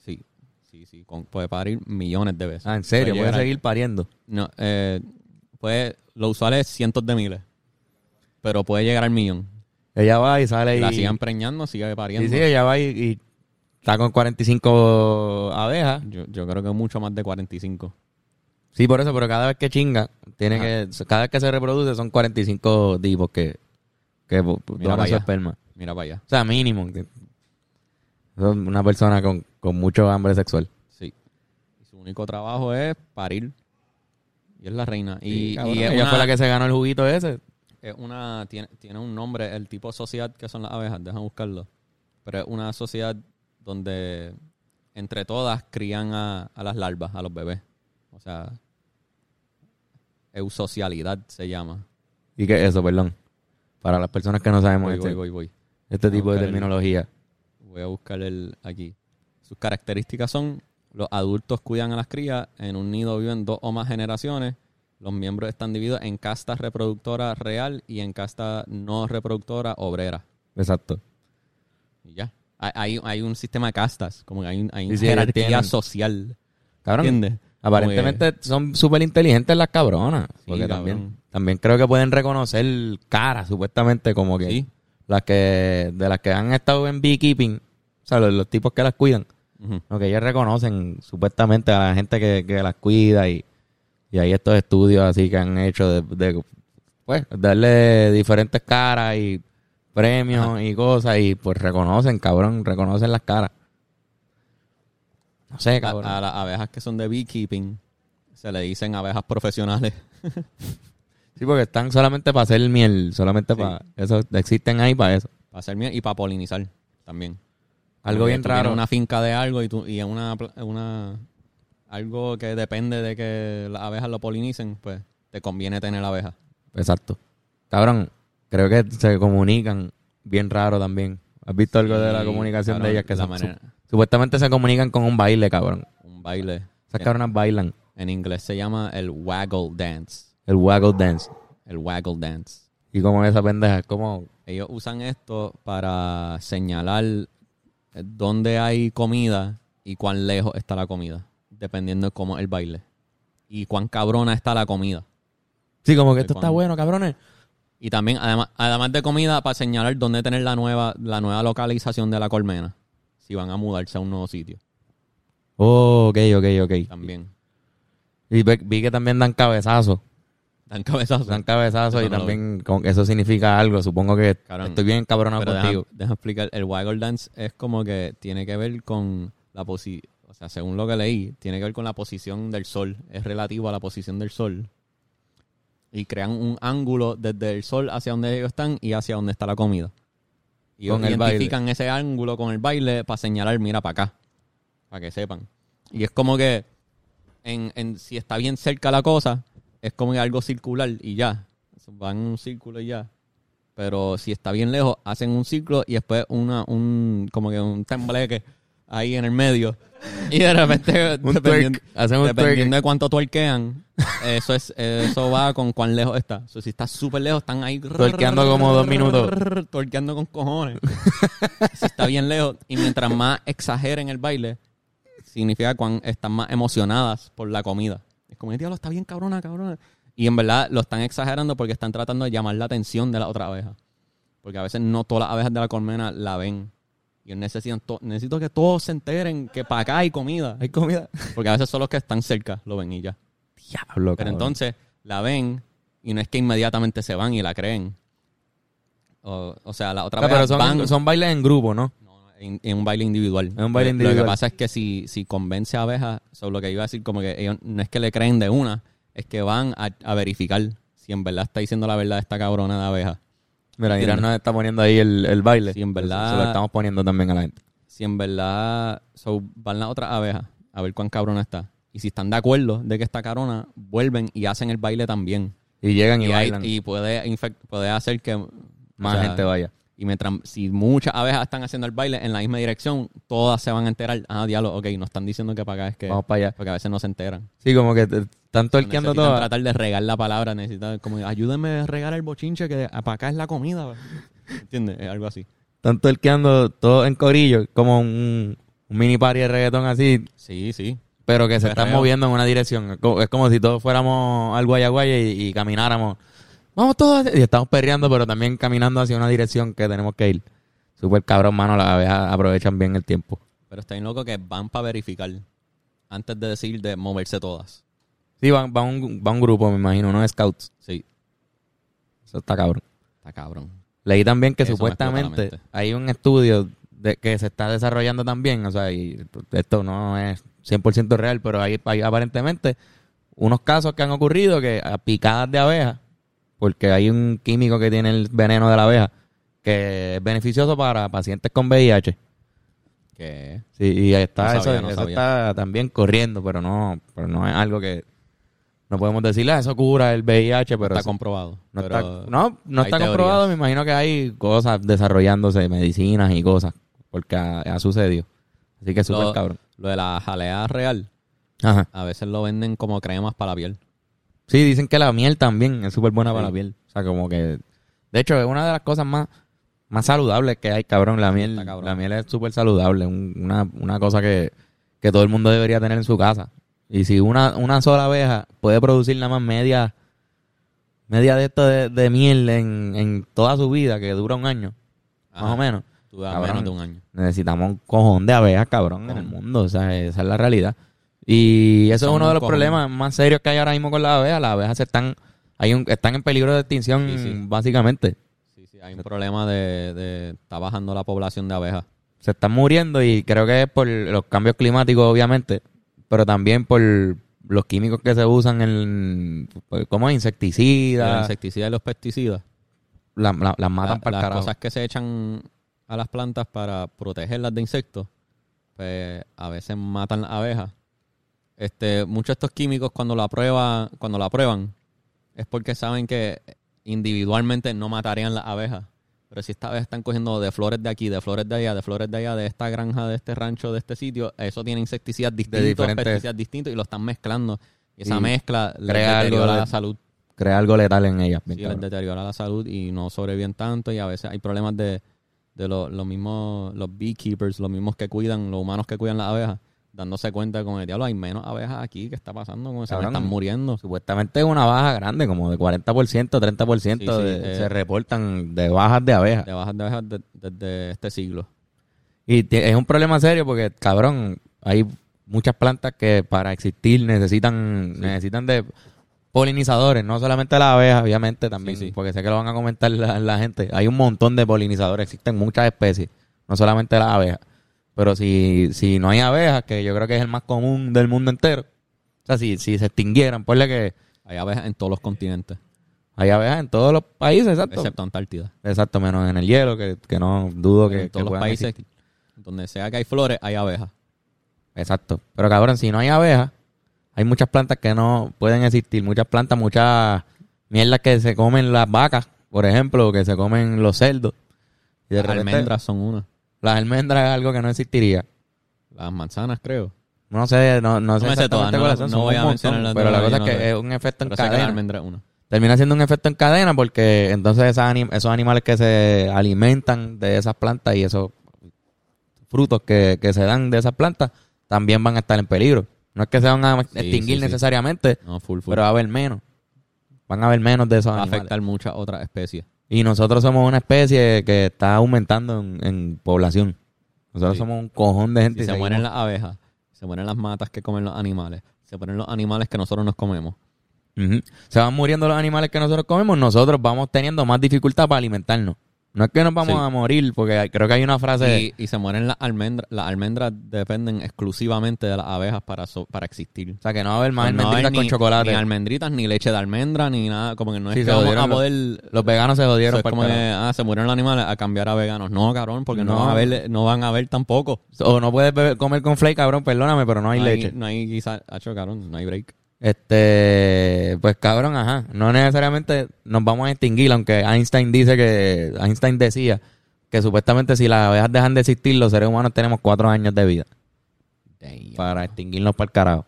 [SPEAKER 2] Sí, sí, sí. con- puede parir millones de veces.
[SPEAKER 3] Ah, en serio,
[SPEAKER 2] Puede
[SPEAKER 3] puede
[SPEAKER 2] llegar a-
[SPEAKER 3] seguir pariendo.
[SPEAKER 2] No, eh, puede, lo usual es cientos de miles. Pero puede llegar al millón.
[SPEAKER 3] Ella va y sale y...
[SPEAKER 2] La sigan preñando, sigue pariendo.
[SPEAKER 3] Sí, sí, ella va y, y está con 45 abejas.
[SPEAKER 2] Yo, yo creo que mucho más de 45.
[SPEAKER 3] Sí, por eso, pero cada vez que chinga, tiene que, cada vez que se reproduce son 45 tipos que, que po- po-
[SPEAKER 2] Mira
[SPEAKER 3] donan su
[SPEAKER 2] vaya.
[SPEAKER 3] esperma.
[SPEAKER 2] Mira para allá.
[SPEAKER 3] O sea, mínimo. que- Son una persona con, con mucho hambre sexual.
[SPEAKER 2] Sí. Y su único trabajo es parir. Y es la reina. Y,
[SPEAKER 3] Y, cabrón,
[SPEAKER 2] y es
[SPEAKER 3] ella
[SPEAKER 2] una,
[SPEAKER 3] fue la que se ganó el juguito ese.
[SPEAKER 2] es una- tiene, tiene un nombre, el tipo de sociedad que son las abejas. Déjame buscarlo. Pero es una sociedad donde entre todas crían a, a las larvas, a los bebés. O sea, eusocialidad se llama.
[SPEAKER 3] Y que eso, perdón. Para las personas que no sabemos
[SPEAKER 2] Voy,
[SPEAKER 3] este,
[SPEAKER 2] voy, voy, voy.
[SPEAKER 3] este tipo
[SPEAKER 2] Voy
[SPEAKER 3] de
[SPEAKER 2] a buscar el-
[SPEAKER 3] terminología.
[SPEAKER 2] Voy a buscar el aquí. Sus características son: los adultos cuidan a las crías, en un nido viven dos o más generaciones, los miembros están divididos en casta reproductora real y en casta no reproductora obrera.
[SPEAKER 3] Exacto.
[SPEAKER 2] Y ya. Hay, hay- hay un sistema de castas, como que hay, un- hay
[SPEAKER 3] Sí,
[SPEAKER 2] una
[SPEAKER 3] sí, ellos
[SPEAKER 2] jerarquía
[SPEAKER 3] tienen.
[SPEAKER 2] social.
[SPEAKER 3] Cabrón,
[SPEAKER 2] ¿Entiendes?
[SPEAKER 3] Aparentemente son súper inteligentes las cabronas. porque
[SPEAKER 2] cabrón.
[SPEAKER 3] también, también creo que pueden reconocer caras, supuestamente, como que
[SPEAKER 2] Sí.
[SPEAKER 3] las que de las que han estado en beekeeping, o sea, los, los tipos que las cuidan,
[SPEAKER 2] Ujú.
[SPEAKER 3] lo que ellas reconocen supuestamente a la gente que, que las cuida y, y hay estos estudios así que han hecho de, de, pues, darle diferentes caras y premios y cosas y pues reconocen, cabrón, reconocen las caras. No sé,
[SPEAKER 2] A,
[SPEAKER 3] cabrón.
[SPEAKER 2] a las abejas que son de beekeeping se le dicen abejas profesionales.
[SPEAKER 3] Sí, porque están solamente para hacer miel, solamente
[SPEAKER 2] Sí.
[SPEAKER 3] para eso, existen ahí para eso.
[SPEAKER 2] Para hacer miel y para polinizar también.
[SPEAKER 3] Algo bien
[SPEAKER 2] Tú tienes
[SPEAKER 3] raro.
[SPEAKER 2] Una finca de algo y, tú, y en una, pla- en una. Algo que depende de que las abejas lo polinicen, pues te conviene tener abejas.
[SPEAKER 3] Exacto. Cabrón, creo que se comunican bien raro también. ¿Has visto algo de la
[SPEAKER 2] Sí,
[SPEAKER 3] comunicación
[SPEAKER 2] cabrón,
[SPEAKER 3] de ellas? Que
[SPEAKER 2] la
[SPEAKER 3] se-
[SPEAKER 2] manera-
[SPEAKER 3] su- supuestamente se comunican con un baile, cabrón.
[SPEAKER 2] Un baile.
[SPEAKER 3] Esas
[SPEAKER 2] que
[SPEAKER 3] cabronas bailan
[SPEAKER 2] En inglés se llama el waggle dance.
[SPEAKER 3] el waggle dance.
[SPEAKER 2] El waggle dance.
[SPEAKER 3] Y como esa pendeja, es como...
[SPEAKER 2] Ellos usan esto para señalar eh, dónde hay comida y cuán lejos está la comida, dependiendo de cómo es el baile. Y cuán cabrona está la comida.
[SPEAKER 3] Sí, como que esto
[SPEAKER 2] Ay,
[SPEAKER 3] está
[SPEAKER 2] cuando-
[SPEAKER 3] bueno, cabrones.
[SPEAKER 2] Y también, además, además de comida, para señalar dónde tener la nueva, la nueva localización de la colmena. Si van a mudarse a un nuevo sitio.
[SPEAKER 3] Oh, ok, ok, ok.
[SPEAKER 2] También.
[SPEAKER 3] Y ve- vi que también dan cabezazos.
[SPEAKER 2] Dan cabezazos.
[SPEAKER 3] Dan cabezazos
[SPEAKER 2] Eso
[SPEAKER 3] y
[SPEAKER 2] no lo
[SPEAKER 3] también con- eso significa algo. Supongo que
[SPEAKER 2] Cabrón.
[SPEAKER 3] estoy bien cabronado
[SPEAKER 2] Pero deja-
[SPEAKER 3] contigo.
[SPEAKER 2] Deja, explicar. El waggle dance es como que tiene que ver con la posición. O sea, según lo que leí, tiene que ver con la posición del sol. Es relativo a la posición del sol. Y crean un ángulo desde el sol hacia donde ellos están y hacia donde está la comida. Y
[SPEAKER 3] Con
[SPEAKER 2] ellos
[SPEAKER 3] el baile.
[SPEAKER 2] identifican ese ángulo con el baile para señalar, mira para acá. Para que sepan. Y es como que en, en- si está bien cerca la cosa, es como que algo circular y ya. Van en un círculo y ya. Pero si está bien lejos, hacen un círculo y después una, un, como que un tembleque ahí en el medio. Y de repente,
[SPEAKER 3] Un
[SPEAKER 2] dependiendo,
[SPEAKER 3] twerk. Hacen un
[SPEAKER 2] dependiendo
[SPEAKER 3] twerk.
[SPEAKER 2] de cuánto tuerquean, eso es, eso va con cuán lejos está. O sea, si está súper lejos, están ahí
[SPEAKER 3] Tuerqueando como dos minutos.
[SPEAKER 2] Torqueando con cojones. si está bien lejos. Y mientras más exageren el baile, significa cuán están más emocionadas por la comida. Es como, diablo, está bien cabrona, cabrona. Y en verdad lo están exagerando porque están tratando de llamar la atención de la otra abeja. Porque a veces no todas las abejas de la colmena la ven. Y ellos necesitan to- necesito que todos se enteren que para acá hay comida.
[SPEAKER 3] Hay comida.
[SPEAKER 2] Porque a veces son los que están cerca, lo ven y ya. Pero
[SPEAKER 3] Diablo, cabrón.
[SPEAKER 2] entonces la ven y no es que inmediatamente se van y la creen. O, o sea, la otra
[SPEAKER 3] Ah,
[SPEAKER 2] vez
[SPEAKER 3] pero son,
[SPEAKER 2] van
[SPEAKER 3] son bailes en grupo, ¿no?
[SPEAKER 2] No, en, en un baile individual.
[SPEAKER 3] En un baile
[SPEAKER 2] Lo- Lo
[SPEAKER 3] individual.
[SPEAKER 2] que pasa es que si, si convence a abejas, sobre lo que iba a decir, como que ellos no es que le creen de una, es que van a, a verificar si en verdad está diciendo la verdad esta cabrona de abeja.
[SPEAKER 3] Mira, Irán
[SPEAKER 2] ¿Entiendes?
[SPEAKER 3] nos está poniendo ahí el, el baile.
[SPEAKER 2] Sí, en verdad.
[SPEAKER 3] Se lo estamos poniendo también a la gente.
[SPEAKER 2] Si en verdad so, van las otras abejas a ver cuán cabrona está. Y si están de acuerdo de que está cabrona, vuelven y hacen el baile también.
[SPEAKER 3] Y llegan y,
[SPEAKER 2] Y, hay-
[SPEAKER 3] bailan.
[SPEAKER 2] y puede, infect- puede hacer que
[SPEAKER 3] más
[SPEAKER 2] o sea,
[SPEAKER 3] gente vaya.
[SPEAKER 2] Y mientras, si muchas abejas están haciendo el baile en la misma dirección, todas se van a enterar. Ah, diablo, ok, nos están diciendo que para acá es que.
[SPEAKER 3] Vamos para allá.
[SPEAKER 2] Porque a veces no se enteran.
[SPEAKER 3] Sí, como que te- están torqueando
[SPEAKER 2] Necesitan
[SPEAKER 3] todo.
[SPEAKER 2] tratar de regar la palabra, necesitan como, ayúdenme a regar el bochinche que para acá es la comida. ¿Entiendes? Es algo así.
[SPEAKER 3] Están torqueando todo en corillo. Como un, un mini party de reggaetón así.
[SPEAKER 2] Sí, sí.
[SPEAKER 3] Pero que se están
[SPEAKER 2] Perreo.
[SPEAKER 3] moviendo en una dirección. Es como, es como si todos fuéramos al guayaguaya y, y camináramos. Vamos todos. Y estamos perreando, pero también caminando hacia una dirección que tenemos que ir. Súper cabrón, mano. Las abejas aprovechan bien el tiempo.
[SPEAKER 2] Pero está bien loco que van para verificar antes de decir de moverse todas.
[SPEAKER 3] Sí, va, va, un, va un grupo, me imagino, unos scouts.
[SPEAKER 2] Sí,
[SPEAKER 3] Eso está cabrón.
[SPEAKER 2] está cabrón.
[SPEAKER 3] Leí también que
[SPEAKER 2] Eso me explota la
[SPEAKER 3] supuestamente
[SPEAKER 2] mente.
[SPEAKER 3] hay un estudio de, que se está desarrollando también, o sea, y esto no es 100% real, pero hay, hay aparentemente unos casos que han ocurrido que a picadas de abeja, porque hay un químico que tiene el veneno de la abeja, que es beneficioso para pacientes con VIH.
[SPEAKER 2] Que
[SPEAKER 3] Sí, y ahí está,
[SPEAKER 2] No
[SPEAKER 3] eso,
[SPEAKER 2] sabía, no
[SPEAKER 3] eso
[SPEAKER 2] sabía.
[SPEAKER 3] está también corriendo, pero no, pero no es algo que no podemos decir, ah, eso cura el VIH, pero
[SPEAKER 2] está
[SPEAKER 3] sí.
[SPEAKER 2] comprobado.
[SPEAKER 3] No
[SPEAKER 2] pero
[SPEAKER 3] está, no, no
[SPEAKER 2] hay
[SPEAKER 3] está
[SPEAKER 2] teorías.
[SPEAKER 3] comprobado, me imagino que hay cosas desarrollándose, medicinas y cosas, porque ha, ha sucedido. Así que es súper
[SPEAKER 2] Lo-
[SPEAKER 3] cabrón.
[SPEAKER 2] Lo de la jalea real,
[SPEAKER 3] Ajá.
[SPEAKER 2] a veces lo venden como cremas para la piel.
[SPEAKER 3] Sí, dicen que la miel también es súper buena para
[SPEAKER 2] Sí.
[SPEAKER 3] la piel. O sea, como que... De hecho, es una de las cosas más, más saludables que hay, cabrón. La miel,
[SPEAKER 2] está cabrón.
[SPEAKER 3] La miel es súper saludable, un- una, una cosa que, que todo el mundo debería tener en su casa. Y si una, una sola abeja puede producir nada más media, media de esto de, de miel en, en toda su vida, que dura un año, más
[SPEAKER 2] Ajá.
[SPEAKER 3] o menos.
[SPEAKER 2] Tú a
[SPEAKER 3] Cabrón.
[SPEAKER 2] menos de un año.
[SPEAKER 3] Necesitamos un cojón de abejas, cabrón, en el mundo. O sea, esa es la realidad. Y eso es
[SPEAKER 2] Son
[SPEAKER 3] uno
[SPEAKER 2] un
[SPEAKER 3] de los
[SPEAKER 2] cojón.
[SPEAKER 3] problemas más serios que hay ahora mismo con las abejas. Las abejas se están, hay un, están en peligro de extinción,
[SPEAKER 2] Sí, sí.
[SPEAKER 3] básicamente.
[SPEAKER 2] Sí, sí, hay un problema de, de- Está bajando la población de abejas.
[SPEAKER 3] Se están muriendo y creo que es por los cambios climáticos, obviamente, pero también por los químicos que se usan en, como
[SPEAKER 2] Los
[SPEAKER 3] insecticidas,
[SPEAKER 2] insecticidas y los pesticidas.
[SPEAKER 3] la- la- las
[SPEAKER 2] La-
[SPEAKER 3] matan para el
[SPEAKER 2] las
[SPEAKER 3] carajo.
[SPEAKER 2] cosas que se echan a las plantas para protegerlas de insectos, pues a veces matan las abejas. Este, muchos de estos químicos cuando la prueba, cuando la prueban, es porque saben que individualmente no matarían las abejas. Pero si esta vez están cogiendo de flores de aquí, de flores de allá, de flores de allá, de esta granja, de este rancho, de este sitio, eso tiene insecticidas distintos,
[SPEAKER 3] diferentes-
[SPEAKER 2] pesticidas distintos y lo están mezclando. Y esa
[SPEAKER 3] Y
[SPEAKER 2] mezcla le
[SPEAKER 3] crea algo
[SPEAKER 2] deteriora
[SPEAKER 3] de-
[SPEAKER 2] la salud.
[SPEAKER 3] Crea algo letal en ellas. bien
[SPEAKER 2] Sí, les
[SPEAKER 3] cabrón.
[SPEAKER 2] deteriora la salud y no sobreviven tanto y a veces hay problemas de, de lo- los mismos, los beekeepers, los mismos que cuidan, los humanos que cuidan las abejas, dándose cuenta con el diablo, hay menos abejas aquí, ¿qué está pasando? Como se me
[SPEAKER 3] Cabrón.
[SPEAKER 2] están muriendo.
[SPEAKER 3] Supuestamente es una baja grande, como de 40%, 30%
[SPEAKER 2] Sí, sí,
[SPEAKER 3] de-
[SPEAKER 2] eh.
[SPEAKER 3] se reportan de bajas de abejas.
[SPEAKER 2] De bajas de abejas de- desde este siglo.
[SPEAKER 3] Y te- es un problema serio porque, cabrón, hay muchas plantas que para existir necesitan necesitan de polinizadores, no solamente las abejas, obviamente también,
[SPEAKER 2] Sí, sí.
[SPEAKER 3] porque sé que lo van a comentar la, la gente. Hay un montón de polinizadores, existen muchas especies, no solamente las abejas. Pero si, si no hay abejas, que yo creo que es el más común del mundo entero, o sea, si, si se extinguieran, ponle que
[SPEAKER 2] Hay abejas en todos los continentes,
[SPEAKER 3] hay abejas en todos los países, exacto.
[SPEAKER 2] excepto Antártida.
[SPEAKER 3] Exacto, menos en el hielo, que, que no dudo que,
[SPEAKER 2] en todos
[SPEAKER 3] que
[SPEAKER 2] los
[SPEAKER 3] puedan
[SPEAKER 2] países,
[SPEAKER 3] existir.
[SPEAKER 2] donde sea que hay flores, hay abejas.
[SPEAKER 3] Exacto. Pero cabrón, si no hay abejas, hay muchas plantas que no pueden existir. Muchas plantas, muchas mierdas que se comen las vacas, por ejemplo, que se comen los cerdos. Y de
[SPEAKER 2] Las
[SPEAKER 3] repente,
[SPEAKER 2] almendras son una.
[SPEAKER 3] Las almendras es algo que no existiría.
[SPEAKER 2] Las manzanas, creo.
[SPEAKER 3] No sé, no, no sé
[SPEAKER 2] me sé
[SPEAKER 3] exactamente
[SPEAKER 2] todas, no-
[SPEAKER 3] cuáles son,
[SPEAKER 2] no
[SPEAKER 3] son
[SPEAKER 2] voy
[SPEAKER 3] un
[SPEAKER 2] a mencionar
[SPEAKER 3] montón,
[SPEAKER 2] las
[SPEAKER 3] Pero la
[SPEAKER 2] todas,
[SPEAKER 3] cosa es
[SPEAKER 2] yo no
[SPEAKER 3] que
[SPEAKER 2] sé.
[SPEAKER 3] es un efecto en
[SPEAKER 2] Pero sé que la
[SPEAKER 3] cadena.
[SPEAKER 2] almendra es una.
[SPEAKER 3] Termina siendo un efecto en cadena porque entonces esas anim- esos animales que se alimentan de esas plantas y esos frutos que, que se dan de esas plantas también van a estar en peligro. No es que se van a extinguir
[SPEAKER 2] sí, sí.
[SPEAKER 3] necesariamente,
[SPEAKER 2] No, full, full.
[SPEAKER 3] pero va a haber menos. Van a haber menos de esos
[SPEAKER 2] Va a
[SPEAKER 3] animales.
[SPEAKER 2] afectar muchas otras especies.
[SPEAKER 3] Y nosotros somos una especie que está aumentando en, en población. Nosotros
[SPEAKER 2] Sí.
[SPEAKER 3] somos un cojón de gente.
[SPEAKER 2] Si
[SPEAKER 3] y
[SPEAKER 2] se
[SPEAKER 3] seguimos-
[SPEAKER 2] mueren las abejas, se mueren las matas que comen los animales, se mueren los animales que nosotros nos comemos.
[SPEAKER 3] Ujú. Se van muriendo los animales que nosotros comemos, nosotros vamos teniendo más dificultad para alimentarnos. No es que nos vamos
[SPEAKER 2] Sí.
[SPEAKER 3] a morir, porque hay- creo que hay una frase...
[SPEAKER 2] Y, y se mueren las almendras. Las almendras dependen exclusivamente de las abejas para, so- para existir. Pues
[SPEAKER 3] O sea, que no va a haber más
[SPEAKER 2] No hay
[SPEAKER 3] almendritas con
[SPEAKER 2] ni-
[SPEAKER 3] chocolate.
[SPEAKER 2] Ni almendritas, ni leche de almendra, ni nada. Como que no es
[SPEAKER 3] Sí, se
[SPEAKER 2] que vamos
[SPEAKER 3] jodieron
[SPEAKER 2] a
[SPEAKER 3] los-
[SPEAKER 2] poder...
[SPEAKER 3] Los veganos se
[SPEAKER 2] eso
[SPEAKER 3] jodieron.
[SPEAKER 2] es
[SPEAKER 3] pa'l
[SPEAKER 2] como que,
[SPEAKER 3] carajo.
[SPEAKER 2] ah, se murieron los animales a cambiar a veganos. No, cabrón, porque no,
[SPEAKER 3] No.
[SPEAKER 2] van, a haber, no van a haber tampoco.
[SPEAKER 3] O no puedes beber- comer con flake, cabrón, perdóname, pero no hay
[SPEAKER 2] no
[SPEAKER 3] leche.
[SPEAKER 2] No hay quizás... Hacho, cabrón, no hay break.
[SPEAKER 3] Este, pues cabrón, ajá. No necesariamente nos vamos a extinguir, aunque Einstein dice que, Einstein decía que supuestamente si las abejas dejan de existir, los seres humanos tenemos cuatro años de vida para extinguirnos para el carajo.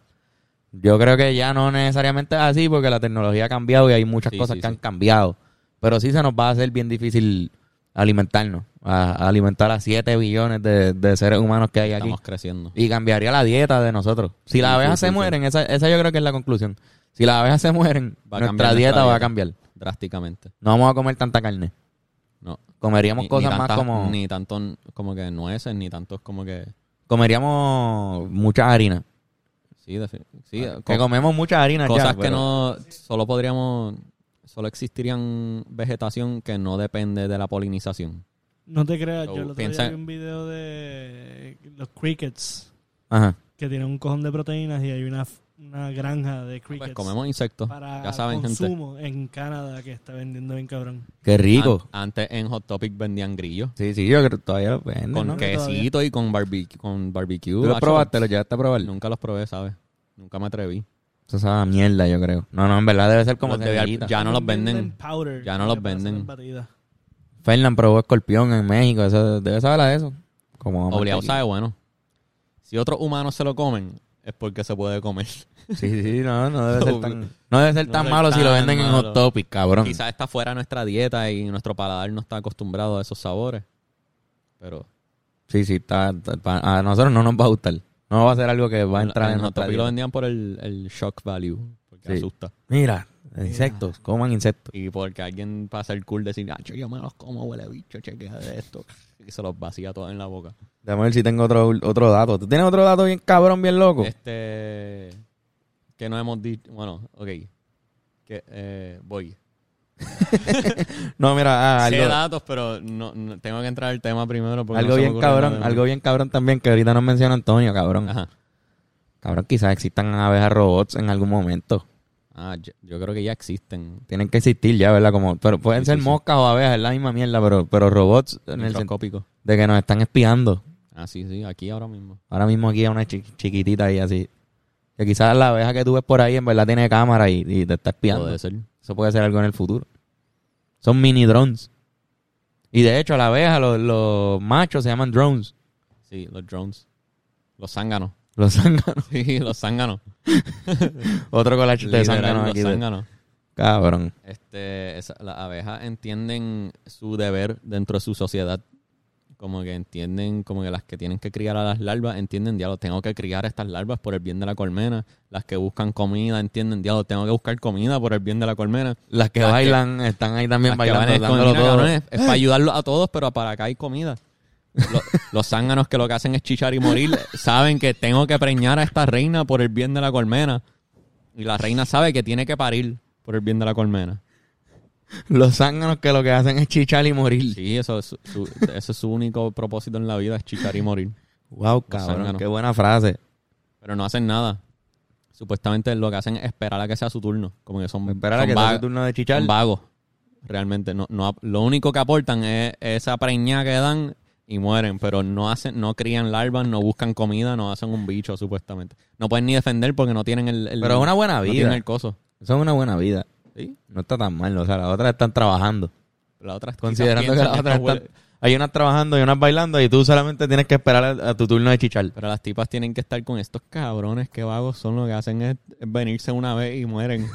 [SPEAKER 3] Yo creo que ya no necesariamente es así porque la tecnología ha cambiado y hay muchas
[SPEAKER 2] Sí,
[SPEAKER 3] cosas
[SPEAKER 2] sí,
[SPEAKER 3] que han
[SPEAKER 2] sí.
[SPEAKER 3] cambiado. Pero sí se nos va a hacer bien difícil alimentarnos, a, a alimentar a 7 billones de, de seres humanos que hay aquí.
[SPEAKER 2] Estamos creciendo.
[SPEAKER 3] Y cambiaría la dieta de nosotros. Si las
[SPEAKER 2] Sí,
[SPEAKER 3] abejas
[SPEAKER 2] sí,
[SPEAKER 3] se
[SPEAKER 2] sí,
[SPEAKER 3] mueren, Esa, esa yo creo que es la conclusión. Si las abejas se mueren,
[SPEAKER 2] Va a
[SPEAKER 3] nuestra,
[SPEAKER 2] cambiar nuestra
[SPEAKER 3] dieta, va a
[SPEAKER 2] dieta.
[SPEAKER 3] cambiar.
[SPEAKER 2] Drásticamente.
[SPEAKER 3] No vamos a comer tanta carne.
[SPEAKER 2] No.
[SPEAKER 3] Comeríamos
[SPEAKER 2] Ni-
[SPEAKER 3] cosas
[SPEAKER 2] ni
[SPEAKER 3] más
[SPEAKER 2] tantas-
[SPEAKER 3] como...
[SPEAKER 2] Ni tantos como que nueces, ni tantos como que...
[SPEAKER 3] Comeríamos mucha harina. Ah,
[SPEAKER 2] Sí, defi- sí,
[SPEAKER 3] Que
[SPEAKER 2] co-
[SPEAKER 3] comemos mucha harina
[SPEAKER 2] cosas
[SPEAKER 3] ya,
[SPEAKER 2] que
[SPEAKER 3] pero-
[SPEAKER 2] no solo podríamos solo existirían vegetación que no depende de la polinización.
[SPEAKER 4] No te creas,
[SPEAKER 2] So,
[SPEAKER 4] yo el otro
[SPEAKER 2] piensa-
[SPEAKER 4] día vi un video de los crickets
[SPEAKER 3] Ajá.
[SPEAKER 4] que tienen un cojón de proteínas y hay una, f- una granja de
[SPEAKER 2] Pues
[SPEAKER 4] crickets
[SPEAKER 2] comemos insectos,
[SPEAKER 4] para
[SPEAKER 2] ya saben gente.
[SPEAKER 4] consumo en Canadá que está vendiendo bien cabrón.
[SPEAKER 3] Qué rico.
[SPEAKER 2] An- antes en Hot Topic vendían grillos
[SPEAKER 3] Sí, sí, yo creo que todavía lo venden,
[SPEAKER 2] con
[SPEAKER 3] ¿no?
[SPEAKER 4] que-
[SPEAKER 2] quesito y con barbecue, con barbecue.
[SPEAKER 3] Tú lo
[SPEAKER 2] Hacho,
[SPEAKER 3] probaste, lo llegaste a probar.
[SPEAKER 2] Nunca los probé, ¿sabes? Nunca me atreví.
[SPEAKER 3] Eso sabe a mierda, yo creo. No, no, en verdad debe ser como
[SPEAKER 2] Los debe al-
[SPEAKER 3] semillita.
[SPEAKER 2] ya no los venden.
[SPEAKER 4] powder,
[SPEAKER 2] ya no los
[SPEAKER 4] que para hacer
[SPEAKER 2] venden.
[SPEAKER 4] las batidas.
[SPEAKER 3] Fernán probó escorpión en México. Eso, debe saber a eso. Como
[SPEAKER 2] Obligado, ¿sabes? Bueno, si otros humanos se lo comen, es porque se puede comer.
[SPEAKER 3] Sí, sí, no, no debe ser
[SPEAKER 2] No,
[SPEAKER 3] tan, no debe ser
[SPEAKER 2] no
[SPEAKER 3] tan
[SPEAKER 2] ser
[SPEAKER 3] malo si lo
[SPEAKER 2] tan
[SPEAKER 3] venden en
[SPEAKER 2] malo.
[SPEAKER 3] Hot Topic, cabrón.
[SPEAKER 2] Quizás está fuera de nuestra dieta y nuestro paladar no está acostumbrado a esos sabores. Pero
[SPEAKER 3] Sí, sí, está, está- pa- a nosotros no nos va a gustar. No va a ser algo que va a entrar en,
[SPEAKER 2] Hot
[SPEAKER 3] nuestra
[SPEAKER 2] Topic
[SPEAKER 3] dieta.
[SPEAKER 2] lo vendían por el, el shock value, porque
[SPEAKER 3] Sí.
[SPEAKER 2] asusta.
[SPEAKER 3] Mira, insectos, coman insectos.
[SPEAKER 2] Y porque alguien pasa el cool decir, ah, yo me los como, huele bicho, chequea de esto. Y se los vacía todos en la boca.
[SPEAKER 3] Déjame ver si tengo otro, otro dato. ¿Tú tienes otro dato bien cabrón, bien loco?
[SPEAKER 2] Este. Que no hemos dicho. Bueno, ok. Que, eh, voy.
[SPEAKER 3] No, mira, ah,
[SPEAKER 2] Sé
[SPEAKER 3] algo,
[SPEAKER 2] datos, pero no, no- tengo que entrar al tema primero. Porque
[SPEAKER 3] algo
[SPEAKER 2] no se me
[SPEAKER 3] bien
[SPEAKER 2] ocurre
[SPEAKER 3] cabrón,
[SPEAKER 2] nada.
[SPEAKER 3] algo bien cabrón también que ahorita nos menciona Antonio, cabrón.
[SPEAKER 2] Ajá.
[SPEAKER 3] Cabrón, quizás existan abejas robots en algún momento.
[SPEAKER 2] Ah, yo, yo creo que ya existen.
[SPEAKER 3] Tienen que existir ya, ¿verdad? Como, pero pueden
[SPEAKER 2] Sí,
[SPEAKER 3] ser
[SPEAKER 2] sí, sí.
[SPEAKER 3] moscas o abejas, es la misma mierda, pero, pero robots en el sentido
[SPEAKER 2] Microscópicos.
[SPEAKER 3] de que nos están espiando.
[SPEAKER 2] Ah, sí, sí, aquí ahora mismo.
[SPEAKER 3] Ahora mismo aquí hay una chi- chiquitita ahí así. Que quizás la abeja que tú ves por ahí en verdad tiene cámara y, y te está espiando.
[SPEAKER 2] Puede ser.
[SPEAKER 3] Eso puede ser algo en el futuro. Son mini drones. Y de hecho, la abeja, los, los machos se llaman drones.
[SPEAKER 2] Sí, los drones. Los zánganos.
[SPEAKER 3] Los zánganos.
[SPEAKER 2] Sí, los zánganos.
[SPEAKER 3] Otro collage de
[SPEAKER 2] Literal,
[SPEAKER 3] zánganos
[SPEAKER 2] los
[SPEAKER 3] aquí. de-
[SPEAKER 2] zánganos.
[SPEAKER 3] Cabrón.
[SPEAKER 2] Este, esa- las abejas entienden su deber dentro de su sociedad. Como que entienden, como que las que tienen que criar a las larvas, entienden, diablo, tengo que criar a estas larvas por el bien de la colmena. Las que buscan comida, entienden, diablo, tengo que buscar comida por el bien de la colmena.
[SPEAKER 3] Las que
[SPEAKER 2] Las que-
[SPEAKER 3] bailan están ahí también
[SPEAKER 2] Las que van
[SPEAKER 3] bailando,
[SPEAKER 2] en
[SPEAKER 3] dándolo
[SPEAKER 2] escondida,
[SPEAKER 3] todo.
[SPEAKER 2] cabrón, es, es para ayudarlos a todos, pero para que hay comida. Los, los zánganos que lo que hacen es chichar y morir, saben que tengo que preñar a esta reina por el bien de la colmena. Y la reina sabe que tiene que parir por el bien de la colmena.
[SPEAKER 3] Los zánganos que lo que hacen es chichar y morir.
[SPEAKER 2] Sí, eso es su, su- ese es su único propósito en la vida, es chichar y morir.
[SPEAKER 3] Wow, cabrón.
[SPEAKER 2] zánganos.
[SPEAKER 3] Qué buena frase.
[SPEAKER 2] Pero no hacen nada. Supuestamente lo que hacen es esperar a que sea su turno. Como que son,
[SPEAKER 3] Espera
[SPEAKER 2] son
[SPEAKER 3] que
[SPEAKER 2] va-
[SPEAKER 3] sea tu turno de chichar.
[SPEAKER 2] son vagos. Realmente, no, no, ap- lo único que aportan es esa preña que dan y mueren. Pero no hacen, no crían larvas, no buscan comida, no hacen un bicho, supuestamente. No pueden ni defender porque no tienen el... el-
[SPEAKER 3] Pero es una buena
[SPEAKER 2] No tienen
[SPEAKER 3] vida.
[SPEAKER 2] el coso.
[SPEAKER 3] Eso es una buena vida.
[SPEAKER 2] Sí.
[SPEAKER 3] No está tan mal. O sea, las otras están trabajando.
[SPEAKER 2] La otra es-
[SPEAKER 3] Considerando
[SPEAKER 2] quizás
[SPEAKER 3] que las
[SPEAKER 2] piensan,
[SPEAKER 3] otras
[SPEAKER 2] "Esto
[SPEAKER 3] están...
[SPEAKER 2] huele".
[SPEAKER 3] Hay unas trabajando y unas bailando y tú solamente tienes que esperar a, a tu turno de chichar.
[SPEAKER 2] Pero las tipas tienen que estar con estos cabrones que vagos son. Lo que hacen es venirse una vez y mueren.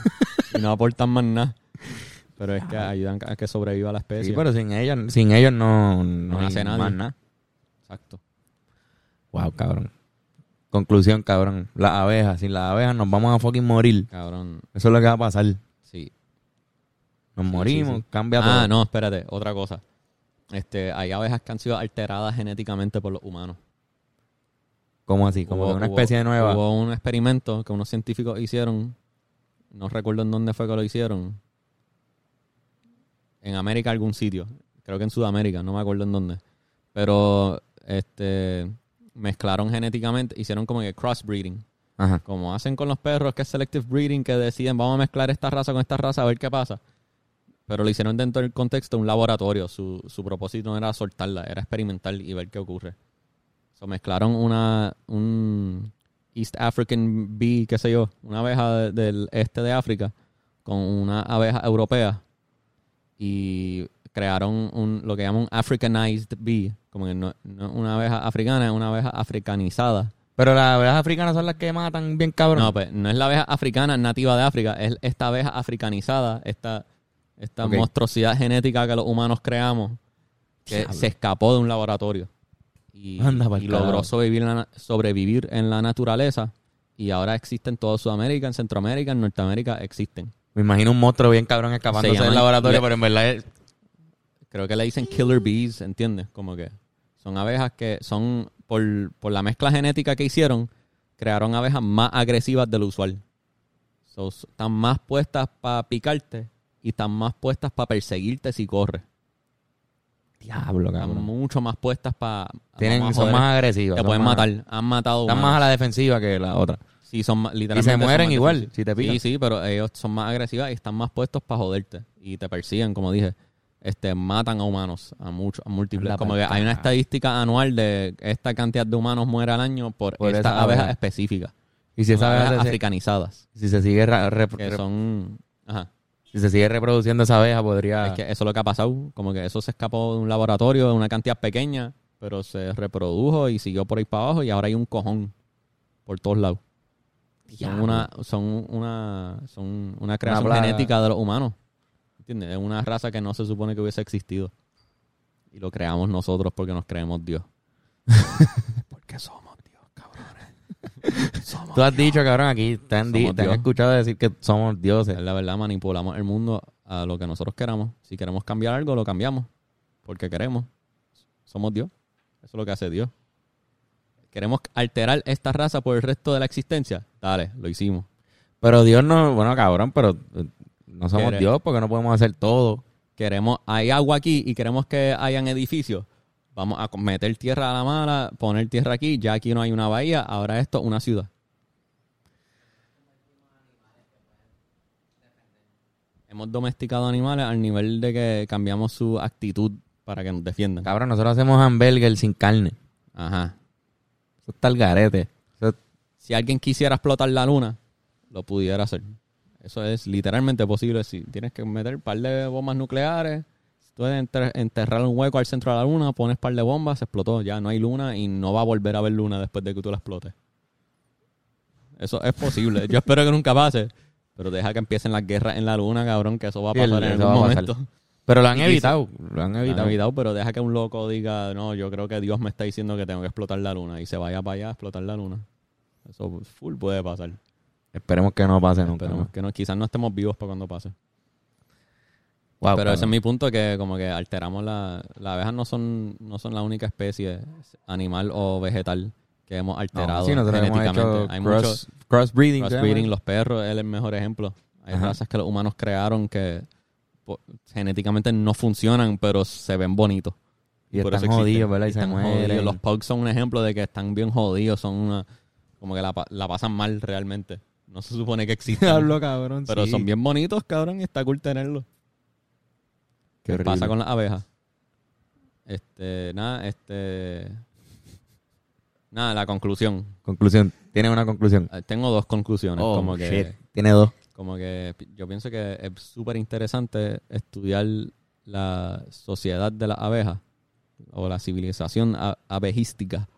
[SPEAKER 2] y no aportan más nada. Pero es que ayudan a que sobreviva la especie.
[SPEAKER 3] Sí, pero sin ellos, sin ellos no, no,
[SPEAKER 2] No
[SPEAKER 3] hay
[SPEAKER 2] nace nadie.
[SPEAKER 3] más nada.
[SPEAKER 2] Exacto.
[SPEAKER 3] Wow, cabrón. Conclusión, cabrón. Las abejas. Sin las abejas nos vamos a fucking morir.
[SPEAKER 2] Cabrón.
[SPEAKER 3] Eso es lo que va a pasar.
[SPEAKER 2] Sí.
[SPEAKER 3] Nos
[SPEAKER 2] sí,
[SPEAKER 3] morimos,
[SPEAKER 2] sí.
[SPEAKER 3] cambia todo.
[SPEAKER 2] Ah, no, espérate. Otra cosa. Este, hay abejas que han sido alteradas genéticamente por los humanos.
[SPEAKER 3] ¿Cómo así? Como
[SPEAKER 2] Hubo-
[SPEAKER 3] que una
[SPEAKER 2] hubo-
[SPEAKER 3] especie nueva.
[SPEAKER 2] Hubo un experimento que unos científicos hicieron. No recuerdo en dónde fue que lo hicieron. En América, algún sitio. Creo que en Sudamérica, no me acuerdo en dónde. Pero este mezclaron genéticamente, hicieron como que crossbreeding.
[SPEAKER 3] Ajá.
[SPEAKER 2] Como hacen con los perros, que es selective breeding, que deciden vamos a mezclar esta raza con esta raza a ver qué pasa. Pero lo hicieron dentro del contexto de un laboratorio. Su, su propósito no era soltarla, era experimentar y ver qué ocurre. So, mezclaron una un East African bee, qué sé yo, una abeja de- del este de África con una abeja europea y crearon un, lo que llaman un Africanized bee, como que no, no es una abeja africana, es una abeja africanizada.
[SPEAKER 3] Pero las abejas africanas son las que matan bien cabrón.
[SPEAKER 2] No, pues no es la abeja africana nativa de África, es esta abeja africanizada, esta, esta
[SPEAKER 3] Ok.
[SPEAKER 2] monstruosidad genética que los humanos creamos, que
[SPEAKER 3] Diablo.
[SPEAKER 2] se escapó de un laboratorio y,
[SPEAKER 3] Anda pa'l
[SPEAKER 2] y logró
[SPEAKER 3] carajo.
[SPEAKER 2] sobrevivir en, la, na- sobrevivir en la naturaleza y ahora existen en toda Sudamérica, en Centroamérica, en Norteamérica, existen.
[SPEAKER 3] Me imagino un monstruo bien cabrón escapándose
[SPEAKER 2] Se llaman-
[SPEAKER 3] del laboratorio,
[SPEAKER 2] le-
[SPEAKER 3] pero en verdad es-
[SPEAKER 2] Creo que le dicen killer bees, ¿entiendes? Como que son abejas que son, por, por la mezcla genética que hicieron, crearon abejas más agresivas de lo usual. So, s- están más puestas para picarte y están más puestas para perseguirte si corres.
[SPEAKER 3] Diablo,
[SPEAKER 2] Están
[SPEAKER 3] cabrón.
[SPEAKER 2] mucho más puestas para...
[SPEAKER 3] Tienen, son más agresivos.
[SPEAKER 2] Te
[SPEAKER 3] son
[SPEAKER 2] pueden
[SPEAKER 3] más-
[SPEAKER 2] matar. Han matado
[SPEAKER 3] Están
[SPEAKER 2] humanos.
[SPEAKER 3] más a la defensiva que la otra.
[SPEAKER 2] Sí, son más- literalmente.
[SPEAKER 3] Y se
[SPEAKER 2] son
[SPEAKER 3] mueren
[SPEAKER 2] más
[SPEAKER 3] igual,
[SPEAKER 2] difíciles.
[SPEAKER 3] si te pican.
[SPEAKER 2] Sí, sí, pero ellos son más agresivas y están más puestos para joderte. Y te persiguen, como dije. Este, matan a humanos, a muchos, a múltiples.
[SPEAKER 3] Anda
[SPEAKER 2] como que
[SPEAKER 3] pa'l
[SPEAKER 2] hay una
[SPEAKER 3] carajo.
[SPEAKER 2] estadística anual de esta cantidad de humanos muere al año por,
[SPEAKER 3] Por
[SPEAKER 2] estas
[SPEAKER 3] esa
[SPEAKER 2] abejas
[SPEAKER 3] abeja.
[SPEAKER 2] específicas.
[SPEAKER 3] Y si
[SPEAKER 2] Son
[SPEAKER 3] esa
[SPEAKER 2] abejas
[SPEAKER 3] abeja se,
[SPEAKER 2] africanizadas.
[SPEAKER 3] si se sigue ra- rep-
[SPEAKER 2] Que
[SPEAKER 3] rep-
[SPEAKER 2] son. Ajá.
[SPEAKER 3] si se sigue reproduciendo esa abeja, podría.
[SPEAKER 2] Es que eso es lo que ha pasado. Como que eso se escapó de un laboratorio, de una cantidad pequeña, pero se reprodujo y siguió por ahí para abajo y ahora hay un cojón por todos lados. Son
[SPEAKER 3] Diablo.
[SPEAKER 2] una, son una, son una creación
[SPEAKER 3] plaga.
[SPEAKER 2] genética de los humanos. ¿Entiendes? Es una raza que no se supone que hubiese existido. Y lo creamos nosotros porque nos creemos Dios. porque somos Dios, cabrones. somos
[SPEAKER 3] Tú has dicho, cabrón, aquí te han, di-
[SPEAKER 2] Somos
[SPEAKER 3] te han
[SPEAKER 2] Dios.
[SPEAKER 3] escuchado decir que somos dioses.
[SPEAKER 2] Es la verdad, manipulamos el mundo a lo que nosotros queramos. Si queremos cambiar algo, lo cambiamos. Porque queremos. Somos Dios. Eso es lo que hace Dios. Queremos alterar esta raza por el resto de la existencia. Dale, lo hicimos.
[SPEAKER 3] Pero Dios no, bueno, cabrón, pero eh, no somos
[SPEAKER 2] Quiere-
[SPEAKER 3] Dios porque no podemos hacer todo.
[SPEAKER 2] Queremos, hay agua aquí y queremos que hayan edificios. Vamos a meter tierra a la mala, poner tierra aquí. Ya aquí no hay una bahía, ahora esto, una ciudad. Hemos domesticado animales al nivel de que cambiamos su actitud para que nos defiendan.
[SPEAKER 3] Cabrón, nosotros hacemos hamburger sin carne.
[SPEAKER 2] Ajá.
[SPEAKER 3] Eso está el garete. Eso-
[SPEAKER 2] Si alguien quisiera explotar la luna, lo pudiera hacer. Eso es literalmente posible. Si tienes que meter un par de bombas nucleares, si tú puedes enter- enterrar un hueco al centro de la luna, pones un par de bombas, se explotó. Ya no hay luna y no va a volver a haber luna después de que tú la explotes. Eso es posible. Yo espero que nunca pase. Pero deja que empiecen las guerras en la luna, cabrón, que eso va a
[SPEAKER 3] Sí, el-
[SPEAKER 2] pasar en
[SPEAKER 3] eso
[SPEAKER 2] algún
[SPEAKER 3] va a pasar.
[SPEAKER 2] momento.
[SPEAKER 3] pero lo han
[SPEAKER 2] Y
[SPEAKER 3] evitado. Lo han
[SPEAKER 2] Navidad,
[SPEAKER 3] evitado.
[SPEAKER 2] pero deja que un loco diga, no, yo creo que Dios me está diciendo que tengo que explotar la luna y se vaya para allá a explotar la luna. Eso full puede pasar.
[SPEAKER 3] Esperemos que no Ah, pase nunca.
[SPEAKER 2] Pero
[SPEAKER 3] más.
[SPEAKER 2] que no, quizás no estemos vivos para cuando pase.
[SPEAKER 3] Wow,
[SPEAKER 2] pero ese es
[SPEAKER 3] cabrón.
[SPEAKER 2] mi punto que como que alteramos la... Las abejas no son, no son la única especie animal o vegetal que hemos
[SPEAKER 3] No,
[SPEAKER 2] alterado
[SPEAKER 3] sí, nosotros hemos
[SPEAKER 2] genéticamente.
[SPEAKER 3] hecho
[SPEAKER 2] Hay mucho-
[SPEAKER 3] cross, crossbreeding.
[SPEAKER 2] Crossbreeding, los perros, él es el mejor ejemplo. Hay
[SPEAKER 3] Ajá.
[SPEAKER 2] razas que los humanos crearon que po- genéticamente no funcionan, pero se ven bonitos.
[SPEAKER 3] Y
[SPEAKER 2] por
[SPEAKER 3] están
[SPEAKER 2] eso existen.
[SPEAKER 3] jodidos, ¿verdad? Y se
[SPEAKER 2] Están
[SPEAKER 3] mueren.
[SPEAKER 2] jodidos. Los pugs son un ejemplo de que están bien jodidos, son una... Como que la, pa- la pasan mal realmente. No se supone que existan.
[SPEAKER 3] Hablo, cabrón.
[SPEAKER 2] pero
[SPEAKER 3] sí.
[SPEAKER 2] son bien bonitos, cabrón, y está cool tenerlos.
[SPEAKER 3] Qué
[SPEAKER 2] ¿Qué pasa
[SPEAKER 3] horrible.
[SPEAKER 2] con las abejas? Este, nada, este... Nada, la conclusión.
[SPEAKER 3] Conclusión. Tiene una conclusión.
[SPEAKER 2] Eh, Tengo dos conclusiones.
[SPEAKER 3] Oh,
[SPEAKER 2] como que...
[SPEAKER 3] shit. Tiene dos.
[SPEAKER 2] como que pi- yo pienso que es súper interesante estudiar la sociedad de las abejas o la civilización a- abejística.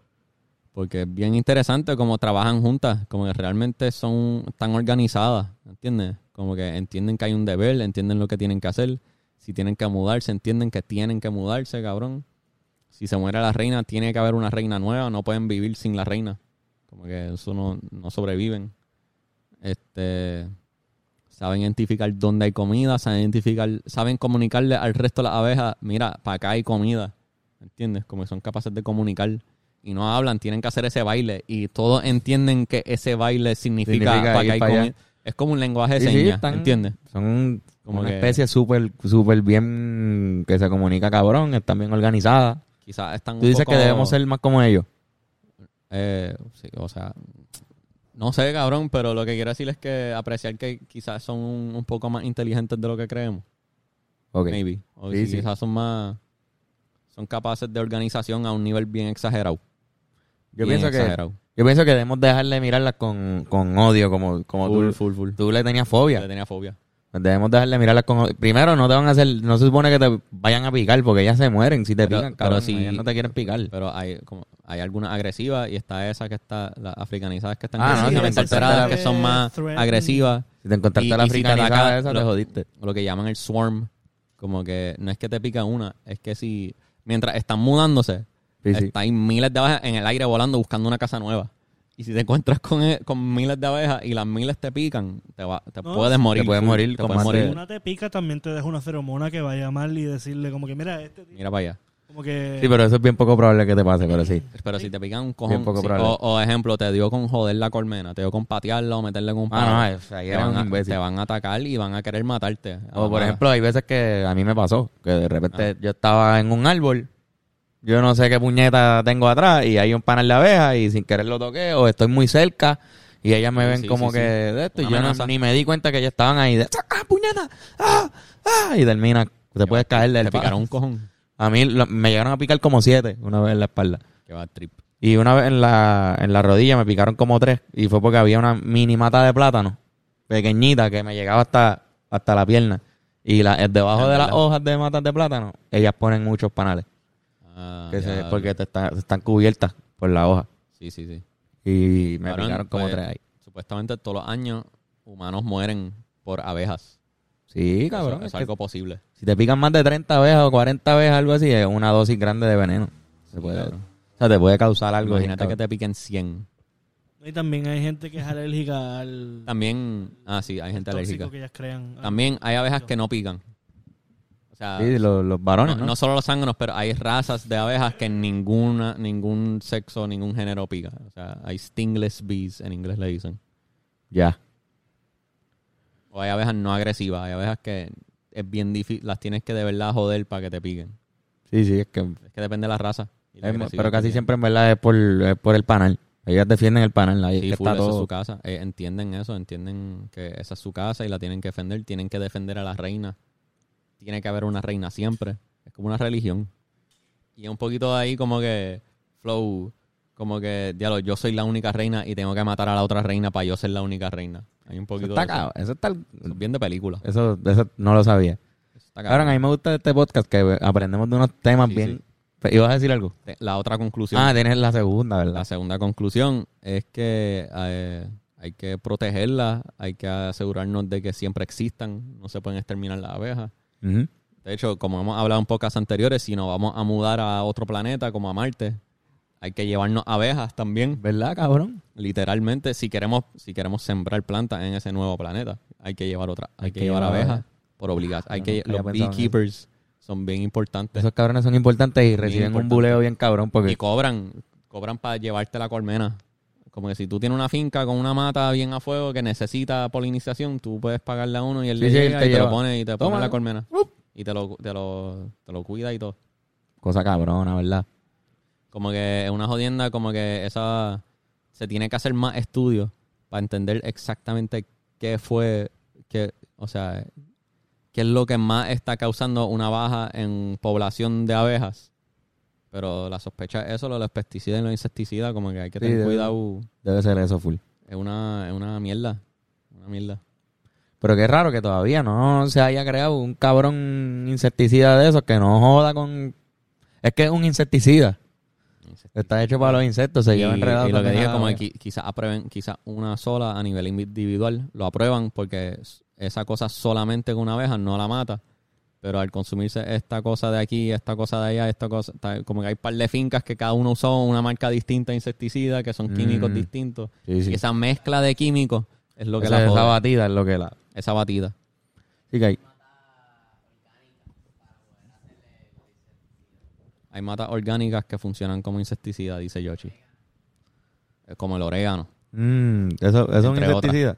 [SPEAKER 2] Porque es bien interesante cómo trabajan juntas, como que realmente son tan organizadas, ¿entiendes? Como que entienden que hay un deber, entienden lo que tienen que hacer. Si tienen que mudarse, entienden que tienen que mudarse, cabrón. Si se muere la reina, tiene que haber una reina nueva, no pueden vivir sin la reina. Como que eso no, no sobreviven. Este saben identificar dónde hay comida, saben identificar, saben comunicarle al resto de las abejas, mira, para acá hay comida. ¿Entiendes? Como que son capaces de comunicar y no hablan, tienen que hacer ese baile y todos entienden que ese baile significa,
[SPEAKER 3] Significa
[SPEAKER 2] para
[SPEAKER 3] ir
[SPEAKER 2] acá hay
[SPEAKER 3] pa' allá.
[SPEAKER 2] comida. Es como un lenguaje de
[SPEAKER 3] Sí, sí,
[SPEAKER 2] señas,
[SPEAKER 3] están-
[SPEAKER 2] ¿entiendes?
[SPEAKER 3] Son
[SPEAKER 2] Como
[SPEAKER 3] una
[SPEAKER 2] que-
[SPEAKER 3] especie súper súper bien que se comunica cabrón. Están bien organizadas.
[SPEAKER 2] Quizás están
[SPEAKER 3] Tú dices que debemos ser más como ellos.
[SPEAKER 2] Eh, sí, o sea, no sé, cabrón, pero lo que quiero decir es que apreciar que quizás son un, un poco más inteligentes de lo que creemos.
[SPEAKER 3] Ok.
[SPEAKER 2] Maybe. O
[SPEAKER 3] Sí,
[SPEAKER 2] si
[SPEAKER 3] sí.
[SPEAKER 2] quizás son más. Son capaces de organización a un nivel bien exagerado.
[SPEAKER 3] Yo
[SPEAKER 2] Bien
[SPEAKER 3] pienso que
[SPEAKER 2] exagerado.
[SPEAKER 3] yo pienso que debemos dejar de mirarlas con, con odio, como, como
[SPEAKER 2] Full,
[SPEAKER 3] tú,
[SPEAKER 2] full, full.
[SPEAKER 3] tú le tenías fobia.
[SPEAKER 2] Le tenía fobia.
[SPEAKER 3] Pues Debemos dejar de mirarlas con odio. Primero, no te van a hacer, no se supone que te vayan a picar, porque ellas se mueren si te
[SPEAKER 2] Pero-
[SPEAKER 3] pican,
[SPEAKER 2] pero
[SPEAKER 3] cabrón.
[SPEAKER 2] si-
[SPEAKER 3] ellas no te quieren picar.
[SPEAKER 2] Pero hay como hay algunas agresivas y está esa que está, las africanizadas que están
[SPEAKER 3] Ah, no,
[SPEAKER 2] genéticamente
[SPEAKER 3] sí,
[SPEAKER 2] alteradas, que
[SPEAKER 4] sí.
[SPEAKER 2] son más
[SPEAKER 4] Threaten.
[SPEAKER 2] agresivas.
[SPEAKER 3] Si te encontraste
[SPEAKER 2] Y-
[SPEAKER 3] la
[SPEAKER 2] y si te
[SPEAKER 3] africanizada
[SPEAKER 2] ataca-
[SPEAKER 3] esa,
[SPEAKER 2] lo-
[SPEAKER 3] te jodiste.
[SPEAKER 2] lo que llaman el swarm. Como que no es que te pica una, es que si mientras están mudándose,
[SPEAKER 3] Sí, sí.
[SPEAKER 2] están miles de abejas en el aire volando buscando una casa nueva. Y si te encuentras con, e- con miles de abejas y las miles te pican, te, va, te
[SPEAKER 4] No,
[SPEAKER 2] puedes
[SPEAKER 4] sí.
[SPEAKER 2] morir.
[SPEAKER 3] Te puedes morir
[SPEAKER 2] Te
[SPEAKER 3] con
[SPEAKER 2] puedes
[SPEAKER 3] más
[SPEAKER 2] morir.
[SPEAKER 3] de-
[SPEAKER 4] Una te pica, también te deja una feromona que vaya a llamarle y decirle como que, mira, este tipo,
[SPEAKER 2] Mira para allá.
[SPEAKER 4] como que...
[SPEAKER 3] Sí, pero eso es bien poco probable que te pase, pero sí.
[SPEAKER 2] Pero si te pican un cojón.
[SPEAKER 3] Bien poco
[SPEAKER 2] sí,
[SPEAKER 3] probable.
[SPEAKER 2] o, o ejemplo, te dio con joder la colmena, te dio con patearla o meterle con un palo.
[SPEAKER 3] Ah, no, o sea, ahí
[SPEAKER 2] te,
[SPEAKER 3] era un
[SPEAKER 2] van a,
[SPEAKER 3] imbécil.
[SPEAKER 2] te van a atacar y van a querer matarte. a la
[SPEAKER 3] O por
[SPEAKER 2] mala.
[SPEAKER 3] ejemplo, hay veces que a mí me pasó, que de repente
[SPEAKER 2] Ah.
[SPEAKER 3] yo estaba en un árbol, yo no sé qué puñeta tengo atrás y hay un panel de abejas y sin querer lo toqué o estoy muy cerca y ellas me
[SPEAKER 2] Sí,
[SPEAKER 3] ven
[SPEAKER 2] sí,
[SPEAKER 3] como
[SPEAKER 2] sí,
[SPEAKER 3] que
[SPEAKER 2] sí.
[SPEAKER 3] de esto y
[SPEAKER 2] Una
[SPEAKER 3] yo no-
[SPEAKER 2] amenaza.
[SPEAKER 3] ni me di cuenta que ellas estaban ahí de ¡Ah, puñeta! ¡Ah! ¡Ah! Y termina, te puedes caer del
[SPEAKER 2] te
[SPEAKER 3] pa-
[SPEAKER 2] picaron un cojón.
[SPEAKER 3] A mí lo- me llegaron a picar como siete una vez en la espalda.
[SPEAKER 2] Que va trip.
[SPEAKER 3] Y una vez en la, en la rodilla me picaron como tres. Y fue porque había una mini mata de plátano, pequeñita, que me llegaba hasta, hasta la pierna. Y la, debajo
[SPEAKER 2] Ah,
[SPEAKER 3] de las
[SPEAKER 2] ¿verdad?
[SPEAKER 3] hojas de matas de plátano, ellas ponen muchos panales.
[SPEAKER 2] Ah,
[SPEAKER 3] que se-
[SPEAKER 2] ya,
[SPEAKER 3] porque te está- están cubiertas por la hoja.
[SPEAKER 2] Sí, sí, sí.
[SPEAKER 3] Y me
[SPEAKER 2] Cabrón,
[SPEAKER 3] picaron como
[SPEAKER 2] pues,
[SPEAKER 3] tres ahí.
[SPEAKER 2] Supuestamente todos los años humanos mueren por abejas.
[SPEAKER 3] Sí,
[SPEAKER 2] Eso-
[SPEAKER 3] cabrón.
[SPEAKER 2] Eso,
[SPEAKER 3] es
[SPEAKER 2] es
[SPEAKER 3] que
[SPEAKER 2] algo posible.
[SPEAKER 3] Si te pican más de 30 abejas o 40 abejas, algo así, es una dosis grande de veneno. Se puede-
[SPEAKER 2] cabrón.
[SPEAKER 3] o sea, te puede causar algo. bien
[SPEAKER 2] Imagínate que
[SPEAKER 3] cabrón.
[SPEAKER 2] te piquen 100.
[SPEAKER 4] Y también hay gente que es alérgica al
[SPEAKER 2] También, ah, sí, hay gente
[SPEAKER 4] tóxico
[SPEAKER 2] alérgica.
[SPEAKER 4] que ellas crean.
[SPEAKER 2] También hay abejas que no pican. O sea,
[SPEAKER 3] Sí, los, los varones,
[SPEAKER 2] no,
[SPEAKER 3] ¿no?
[SPEAKER 2] no solo los zánganos, pero hay razas de abejas que ninguna, ningún sexo, ningún género pica. O sea, hay stingless bees, en inglés le dicen.
[SPEAKER 3] Ya.
[SPEAKER 2] O hay abejas no agresivas, hay abejas que es bien difícil, las tienes que de verdad joder para que te piquen.
[SPEAKER 3] Sí, sí, es que
[SPEAKER 2] Es que depende de la raza. y la
[SPEAKER 3] Es-
[SPEAKER 2] agresividad
[SPEAKER 3] pero casi
[SPEAKER 2] que tiene.
[SPEAKER 3] siempre en verdad es por, es por el panal. Ellas defienden el panel ahí
[SPEAKER 2] Sí,
[SPEAKER 3] Eh, que
[SPEAKER 2] full,
[SPEAKER 3] está
[SPEAKER 2] eso es
[SPEAKER 3] todo.
[SPEAKER 2] su casa. Eh, entienden eso, entienden que esa es su casa y la tienen que defender. Tienen que defender a la reina. Tiene que haber una reina siempre. Es como una religión. Y es un poquito de ahí como que flow, como que, diablo, yo soy la única reina y tengo que matar a la otra reina para yo ser la única reina. Hay un
[SPEAKER 3] Eso
[SPEAKER 2] poquito
[SPEAKER 3] está
[SPEAKER 2] de eso.
[SPEAKER 3] cabrón. Eso está.
[SPEAKER 2] Eso es bien de película.
[SPEAKER 3] Eso, eso no lo sabía.
[SPEAKER 2] Eso está
[SPEAKER 3] Cabrón,
[SPEAKER 2] cabrón.
[SPEAKER 3] a mí me gusta este podcast que aprendemos de unos temas
[SPEAKER 2] Sí,
[SPEAKER 3] bien. ¿Ibas a decir algo?
[SPEAKER 2] Te- Eh, La otra conclusión,
[SPEAKER 3] Ah, tienes la segunda,
[SPEAKER 2] la
[SPEAKER 3] ¿verdad?
[SPEAKER 2] segunda conclusión es que eh, hay que protegerlas, hay que asegurarnos de que siempre existan, no se pueden exterminar las abejas.
[SPEAKER 3] Ujú.
[SPEAKER 2] De hecho, como hemos hablado en pocas anteriores, si nos vamos a mudar a otro planeta como a Marte, hay que llevarnos abejas también,
[SPEAKER 3] ¿Verdad, cabrón?
[SPEAKER 2] literalmente, si queremos, si queremos sembrar plantas en ese nuevo planeta, hay que llevar otra, hay,
[SPEAKER 3] Hay
[SPEAKER 2] que,
[SPEAKER 3] que
[SPEAKER 2] llevar
[SPEAKER 3] llevar
[SPEAKER 2] abejas
[SPEAKER 3] abejas.
[SPEAKER 2] por obligación. Hay
[SPEAKER 3] Ah,
[SPEAKER 2] que
[SPEAKER 3] nunca había
[SPEAKER 2] los
[SPEAKER 3] pensado en eso.
[SPEAKER 2] beekeepers son bien importantes
[SPEAKER 3] Esos cabrones son importantes y reciben un
[SPEAKER 2] importante.
[SPEAKER 3] buleo bien cabrón
[SPEAKER 2] y
[SPEAKER 3] porque
[SPEAKER 2] cobran, cobran para llevarte la colmena. Como que si tú tienes una finca con una mata bien a fuego que necesita polinización, tú puedes pagarle a uno y él
[SPEAKER 3] Sí,
[SPEAKER 2] le
[SPEAKER 3] sí, él
[SPEAKER 2] llega
[SPEAKER 3] te
[SPEAKER 2] y te lo
[SPEAKER 3] lleva.
[SPEAKER 2] pone y te pone
[SPEAKER 3] Toma.
[SPEAKER 2] la colmena. Y te lo, te lo, te lo cuida y todo.
[SPEAKER 3] cosa cabrona, ¿verdad?
[SPEAKER 2] Como que es una jodienda, como que esa se tiene que hacer más estudios para entender exactamente qué fue, qué, o sea, qué es lo que más está causando una baja en población de abejas. Pero la sospecha es eso, lo de los pesticidas y los insecticidas, como que hay que
[SPEAKER 3] Sí,
[SPEAKER 2] tener
[SPEAKER 3] de-
[SPEAKER 2] cuidado.
[SPEAKER 3] Debe ser eso full.
[SPEAKER 2] Es una, es una mierda. Una mierda.
[SPEAKER 3] Pero qué raro que todavía no se haya creado un cabrón insecticida de esos que no joda con es que es un insecticida. Está hecho para los insectos, se
[SPEAKER 2] y,
[SPEAKER 3] lleva enredado.
[SPEAKER 2] y lo que
[SPEAKER 3] también
[SPEAKER 2] dije,
[SPEAKER 3] a la
[SPEAKER 2] como que
[SPEAKER 3] olla.
[SPEAKER 2] qui- quizás aprueben, quizás una sola a nivel individual, lo aprueban porque s- esa cosa solamente con una abeja no la mata. Pero al consumirse esta cosa de aquí, esta cosa de allá, esta cosa, ta- como que hay un par de fincas que cada uno usó una marca distinta de insecticida, que son químicos
[SPEAKER 3] Mm.
[SPEAKER 2] distintos.
[SPEAKER 3] Sí, sí.
[SPEAKER 2] Y esa mezcla de químicos es lo que
[SPEAKER 3] Esa-
[SPEAKER 2] la
[SPEAKER 3] esa
[SPEAKER 2] jode,
[SPEAKER 3] batida es lo que la
[SPEAKER 2] esa batida.
[SPEAKER 3] Sí que hay.
[SPEAKER 2] Hay matas orgánicas que funcionan como insecticida, dice Yoshi. Es como el orégano.
[SPEAKER 3] Mm, eso eso es un
[SPEAKER 2] Entre otras.
[SPEAKER 3] insecticida.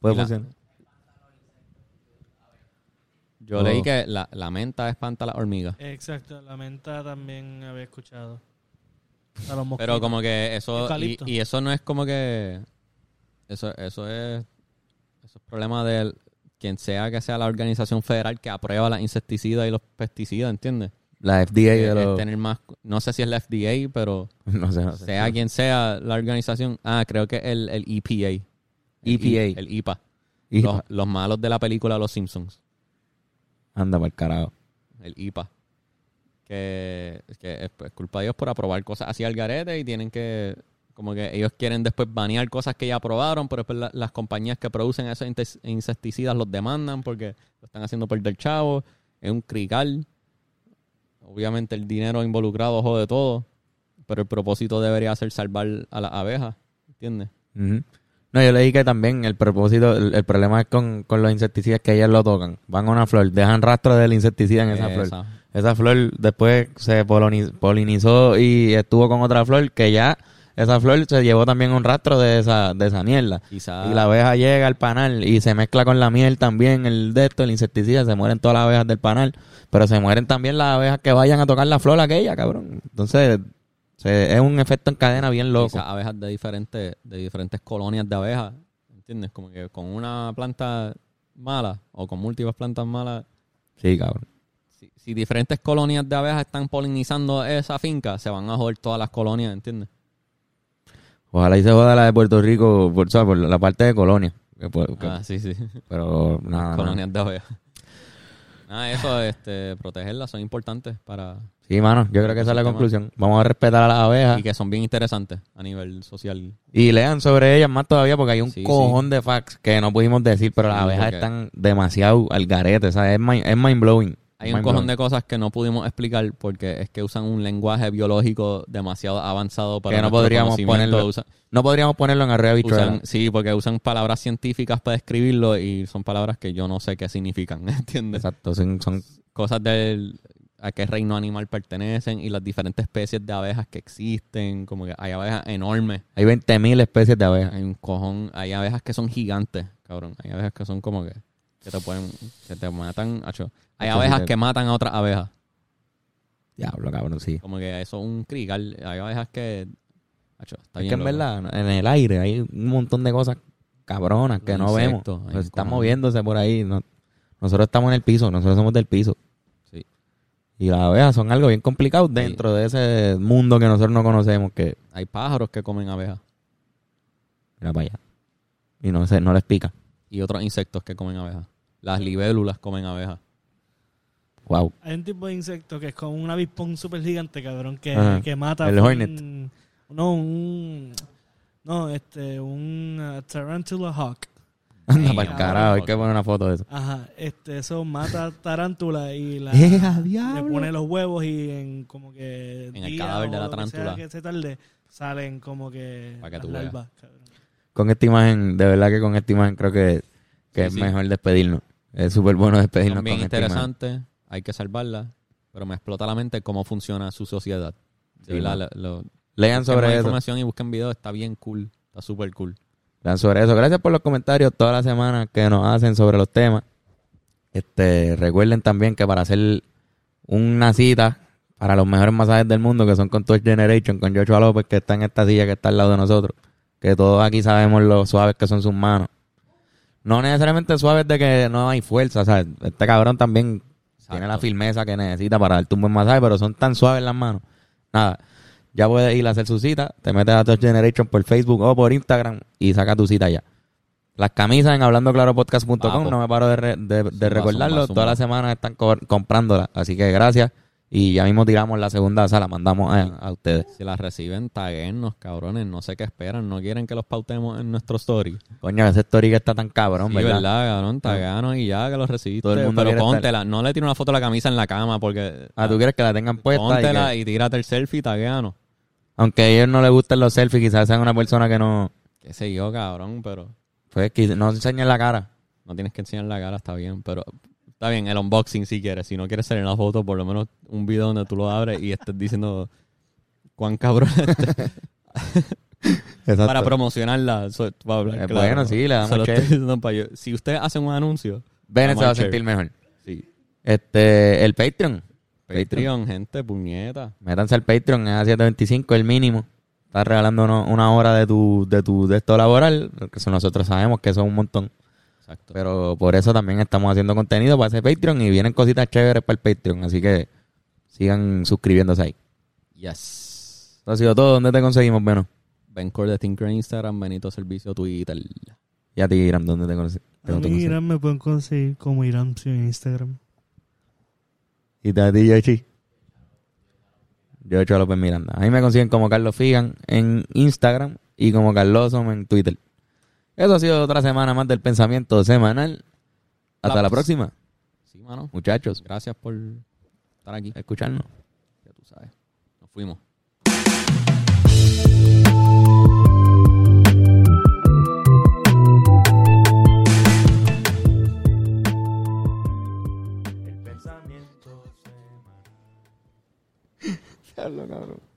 [SPEAKER 3] Puede
[SPEAKER 2] Y la-
[SPEAKER 3] funcionar.
[SPEAKER 2] Yo
[SPEAKER 3] Oh.
[SPEAKER 2] leí que la, la menta espanta a las hormigas.
[SPEAKER 4] Exacto, la menta también había escuchado. A los mosquitos.
[SPEAKER 2] Pero como que eso. Y,
[SPEAKER 4] Eucalipto.
[SPEAKER 2] y eso no es como que. Eso, eso es. Eso es problema de quien sea que sea la organización federal que aprueba las insecticidas y los pesticidas, ¿entiendes?
[SPEAKER 3] La FDA
[SPEAKER 2] Es-
[SPEAKER 3] de
[SPEAKER 2] es
[SPEAKER 3] los
[SPEAKER 2] tener más. No sé si es la FDA, pero
[SPEAKER 3] no sé, no sé.
[SPEAKER 2] sea quien sea la organización. Ah, creo que el, el EPA. El
[SPEAKER 3] E
[SPEAKER 2] I-
[SPEAKER 3] EPA.
[SPEAKER 2] El IPA.
[SPEAKER 3] Y-
[SPEAKER 2] Los, los malos de la película Los Simpsons.
[SPEAKER 3] Anda para el carajo.
[SPEAKER 2] el IPA. Que, que es pues, culpa de ellos por aprobar cosas así al garete y tienen que, como que ellos quieren después banear cosas que ya aprobaron, pero después la- las compañías que producen esos inte- insecticidas los demandan porque lo están haciendo perder chavo, es un crical. Obviamente el dinero involucrado jode todo, pero el propósito debería ser salvar a las abejas, ¿entiendes?
[SPEAKER 3] Ujú. No, yo leí que también el propósito, el, el problema es con, con los insecticidas que ellas lo tocan. Van a una flor, dejan rastro del insecticida en esa, flor.
[SPEAKER 2] Eh, Esa.
[SPEAKER 3] Esa flor después se poloni- polinizó y estuvo con otra flor que ya esa flor se llevó también un rastro de esa, de esa mierda.
[SPEAKER 2] Quizá-
[SPEAKER 3] Y la abeja llega al panal y se mezcla con la miel también, el de esto, el insecticida, se mueren todas las abejas del panal, pero se mueren también las abejas que vayan a tocar la flor aquella, cabrón. Entonces, se- es un efecto en cadena bien loco.
[SPEAKER 2] Quizás abejas de diferentes, de diferentes colonias de abejas. ¿Entiendes? Como que con una planta mala o con múltiples plantas malas,
[SPEAKER 3] Sí, cabrón.
[SPEAKER 2] si, si diferentes colonias de abejas están polinizando esa finca, se van a joder todas las colonias, ¿entiendes?
[SPEAKER 3] Ojalá y se joda la de Puerto Rico, por, o sea, por la parte de Colonia. que por- que-
[SPEAKER 2] Ah, sí, sí.
[SPEAKER 3] Pero nada, nada.
[SPEAKER 2] colonias de abejas. Ah, eso, este, protegerlas son importantes para...
[SPEAKER 3] Sí, mano, yo creo que esa es la
[SPEAKER 2] Sistema.
[SPEAKER 3] conclusión. Vamos a respetar a las abejas
[SPEAKER 2] Y que son bien interesantes a nivel social.
[SPEAKER 3] y lean sobre ellas más todavía porque hay un
[SPEAKER 2] Sí,
[SPEAKER 3] cojón de facts que no pudimos decir, pero las
[SPEAKER 2] Sí,
[SPEAKER 3] abejas
[SPEAKER 2] porque-
[SPEAKER 3] están demasiado al garete, o sea, es mind, es mind blowing.
[SPEAKER 2] Hay un
[SPEAKER 3] Mind
[SPEAKER 2] cojón
[SPEAKER 3] blowing.
[SPEAKER 2] de cosas que no pudimos explicar porque es que usan un lenguaje biológico demasiado avanzado para
[SPEAKER 3] que no
[SPEAKER 2] nuestro
[SPEAKER 3] podríamos
[SPEAKER 2] conocimiento.
[SPEAKER 3] ponerlo.
[SPEAKER 2] Usa-
[SPEAKER 3] No podríamos ponerlo en Arrea Bichuela.
[SPEAKER 2] Usan- sí, porque usan palabras científicas para describirlo y son palabras que yo no sé qué significan, ¿entiendes?
[SPEAKER 3] Exacto, son, son-
[SPEAKER 2] Cosas del a qué reino animal pertenecen y las diferentes especies de abejas que existen, como que hay abejas enormes,
[SPEAKER 3] hay 20.000 especies de abejas.
[SPEAKER 2] hay un cojón, hay abejas que son gigantes, cabrón, hay abejas que son como que que te pueden que te matan, acho. Hay
[SPEAKER 3] Esto sí
[SPEAKER 2] abejas
[SPEAKER 3] que-
[SPEAKER 2] que matan a otras abejas,
[SPEAKER 3] Diablo, cabrón, sí.
[SPEAKER 2] como que eso es un crigal, hay abejas que Acho, está
[SPEAKER 3] Es que
[SPEAKER 2] bien
[SPEAKER 3] en
[SPEAKER 2] loco.
[SPEAKER 3] verdad, en el aire hay un montón de cosas cabronas que
[SPEAKER 2] Los
[SPEAKER 3] no vemos.
[SPEAKER 2] insectos,
[SPEAKER 3] Pues
[SPEAKER 2] hay un
[SPEAKER 3] están
[SPEAKER 2] cojonal.
[SPEAKER 3] moviéndose por ahí. no- nosotros estamos en el piso, nosotros somos del piso.
[SPEAKER 2] Sí.
[SPEAKER 3] Y las abejas son algo bien complicado dentro de ese mundo que nosotros no conocemos, que
[SPEAKER 2] Hay pájaros que comen abejas
[SPEAKER 3] mira para allá. Y no, se, no les pica.
[SPEAKER 2] y otros insectos que comen abejas. Las libélulas comen abejas.
[SPEAKER 3] Wow.
[SPEAKER 4] Hay un tipo de insecto que es como un avispón súper gigante, cabrón, que,
[SPEAKER 3] Ajá.
[SPEAKER 4] que mata.
[SPEAKER 3] El
[SPEAKER 4] un-
[SPEAKER 3] hornet.
[SPEAKER 4] No, un. No, este, un uh, tarantula hawk.
[SPEAKER 3] Anda
[SPEAKER 2] Sí,
[SPEAKER 3] para
[SPEAKER 2] cabrón,
[SPEAKER 3] el carajo, hay
[SPEAKER 2] ok.
[SPEAKER 3] que poner una foto de eso.
[SPEAKER 4] Ajá, este, eso mata tarántula y la.
[SPEAKER 3] ¡Eh, a
[SPEAKER 4] Ah, le
[SPEAKER 3] diablo!
[SPEAKER 4] pone los huevos y en como que.
[SPEAKER 2] En el cadáver de la tarántula.
[SPEAKER 4] Que, sea que se tarde, salen como que.
[SPEAKER 2] Pa' que
[SPEAKER 4] las
[SPEAKER 2] tú veas.
[SPEAKER 4] larvas, cabrón.
[SPEAKER 3] Con esta imagen, de verdad que con esta imagen creo que, que
[SPEAKER 2] Sí,
[SPEAKER 3] es
[SPEAKER 2] sí.
[SPEAKER 3] mejor despedirnos. Es súper bueno despedirnos
[SPEAKER 2] Son bien
[SPEAKER 3] con esta imagen.
[SPEAKER 2] interesantes, hay que salvarlas, pero me explota la mente cómo funciona su sociedad.
[SPEAKER 3] Sí,
[SPEAKER 2] De verdad, lo- lo- busquen
[SPEAKER 3] Lean
[SPEAKER 2] más
[SPEAKER 3] sobre eso.
[SPEAKER 2] información y busquen videos, está bien cool, está súper cool.
[SPEAKER 3] Lean sobre eso. Gracias por los comentarios todas las semanas que nos hacen sobre los temas. Este, recuerden también que para hacer una cita para los mejores masajes del mundo, que son con Touch Generation, con Joshua López, que está en esta silla que está al lado de nosotros, que todos aquí sabemos lo suaves que son sus manos. No necesariamente suaves de que no hay fuerza, ¿sabes? Este cabrón también tiene la
[SPEAKER 2] Exacto.
[SPEAKER 3] firmeza que necesita para darte un buen masaje, pero son tan suaves las manos. Nada, ya puedes ir a hacer su cita, te metes a Touch Generation por Facebook o por Instagram y saca tu cita ya. Las camisas en hablandoclaropodcast.com,
[SPEAKER 2] Vapo.
[SPEAKER 3] no me paro de, re- de- de
[SPEAKER 2] Zumba,
[SPEAKER 3] recordarlo.
[SPEAKER 2] zumba, zumba.
[SPEAKER 3] Todas las semanas están co- comprándolas, así que gracias. Y ya mismo tiramos la segunda, o sea, la mandamos a, a ustedes.
[SPEAKER 2] Si las reciben, taguennos, cabrones, no sé qué esperan, no quieren que los pautemos en nuestro story.
[SPEAKER 3] Coño, ese story que está tan cabrón,
[SPEAKER 2] Sí,
[SPEAKER 3] ¿verdad?
[SPEAKER 2] ¿verdad? cabrón? Tagueanos y ya que los recibiste.
[SPEAKER 3] Todo el mundo
[SPEAKER 2] pero
[SPEAKER 3] quiere estar-
[SPEAKER 2] póntela, no le tiro una foto a la camisa en la cama porque...
[SPEAKER 3] Ah, tú quieres que la tengan puesta. y
[SPEAKER 2] Póntela
[SPEAKER 3] que-
[SPEAKER 2] y, tírate el selfie, tagueanos.
[SPEAKER 3] aunque a ellos no les gusten los selfies, quizás sean una persona que no.
[SPEAKER 2] Qué sé yo, cabrón, pero...
[SPEAKER 3] Pues que no enseñen la cara.
[SPEAKER 2] No tienes que enseñar la cara, está bien, pero está bien, el unboxing si quieres. Si no quieres salir en la foto, por lo menos un video donde tú lo abres y estés diciendo cuán cabrón es
[SPEAKER 3] Exacto.
[SPEAKER 2] para promocionarla. Eso- para hablar
[SPEAKER 3] Eh,
[SPEAKER 2] claro.
[SPEAKER 3] bueno, sí, le damos
[SPEAKER 2] Se lo
[SPEAKER 3] share.
[SPEAKER 2] estoy diciendo para yo. Si ustedes hacen un anuncio,
[SPEAKER 3] Bennett se va a
[SPEAKER 2] Vamos al
[SPEAKER 3] sentir mejor.
[SPEAKER 2] sí.
[SPEAKER 3] Este, el Patreon.
[SPEAKER 2] Patreon, gente, puñeta.
[SPEAKER 3] Métanse al Patreon, es a 725 el mínimo. Estás regalando uno- una hora de tu, de tu de esto laboral, que eso nosotros sabemos que eso es un montón.
[SPEAKER 2] Exacto.
[SPEAKER 3] Pero por eso también estamos haciendo contenido para ese Patreon y vienen cositas chéveres para el Patreon. Así que sigan suscribiéndose ahí.
[SPEAKER 2] Yes.
[SPEAKER 3] Eso ha sido todo. ¿Dónde te conseguimos, Beno?
[SPEAKER 2] Ben Core de Tinker en Instagram, Benito Servicio Twitter.
[SPEAKER 3] Y a ti, Irán, ¿dónde te conoces?
[SPEAKER 4] A mí Irán Ah, me pueden conseguir como Irán sí, en Instagram.
[SPEAKER 3] Y te- a ti, Yoshi. Yocho López Miranda. A mí me consiguen como Carlos Figan en Instagram y como Carlosom en Twitter. Eso ha sido otra semana más del pensamiento semanal. Hasta la,
[SPEAKER 2] La-
[SPEAKER 3] próxima,
[SPEAKER 2] Sí, mano.
[SPEAKER 3] muchachos.
[SPEAKER 2] Gracias por estar aquí.
[SPEAKER 3] Escucharnos.
[SPEAKER 2] Ya tú sabes. Nos fuimos.
[SPEAKER 1] El pensamiento se
[SPEAKER 3] Diablo, cabrón.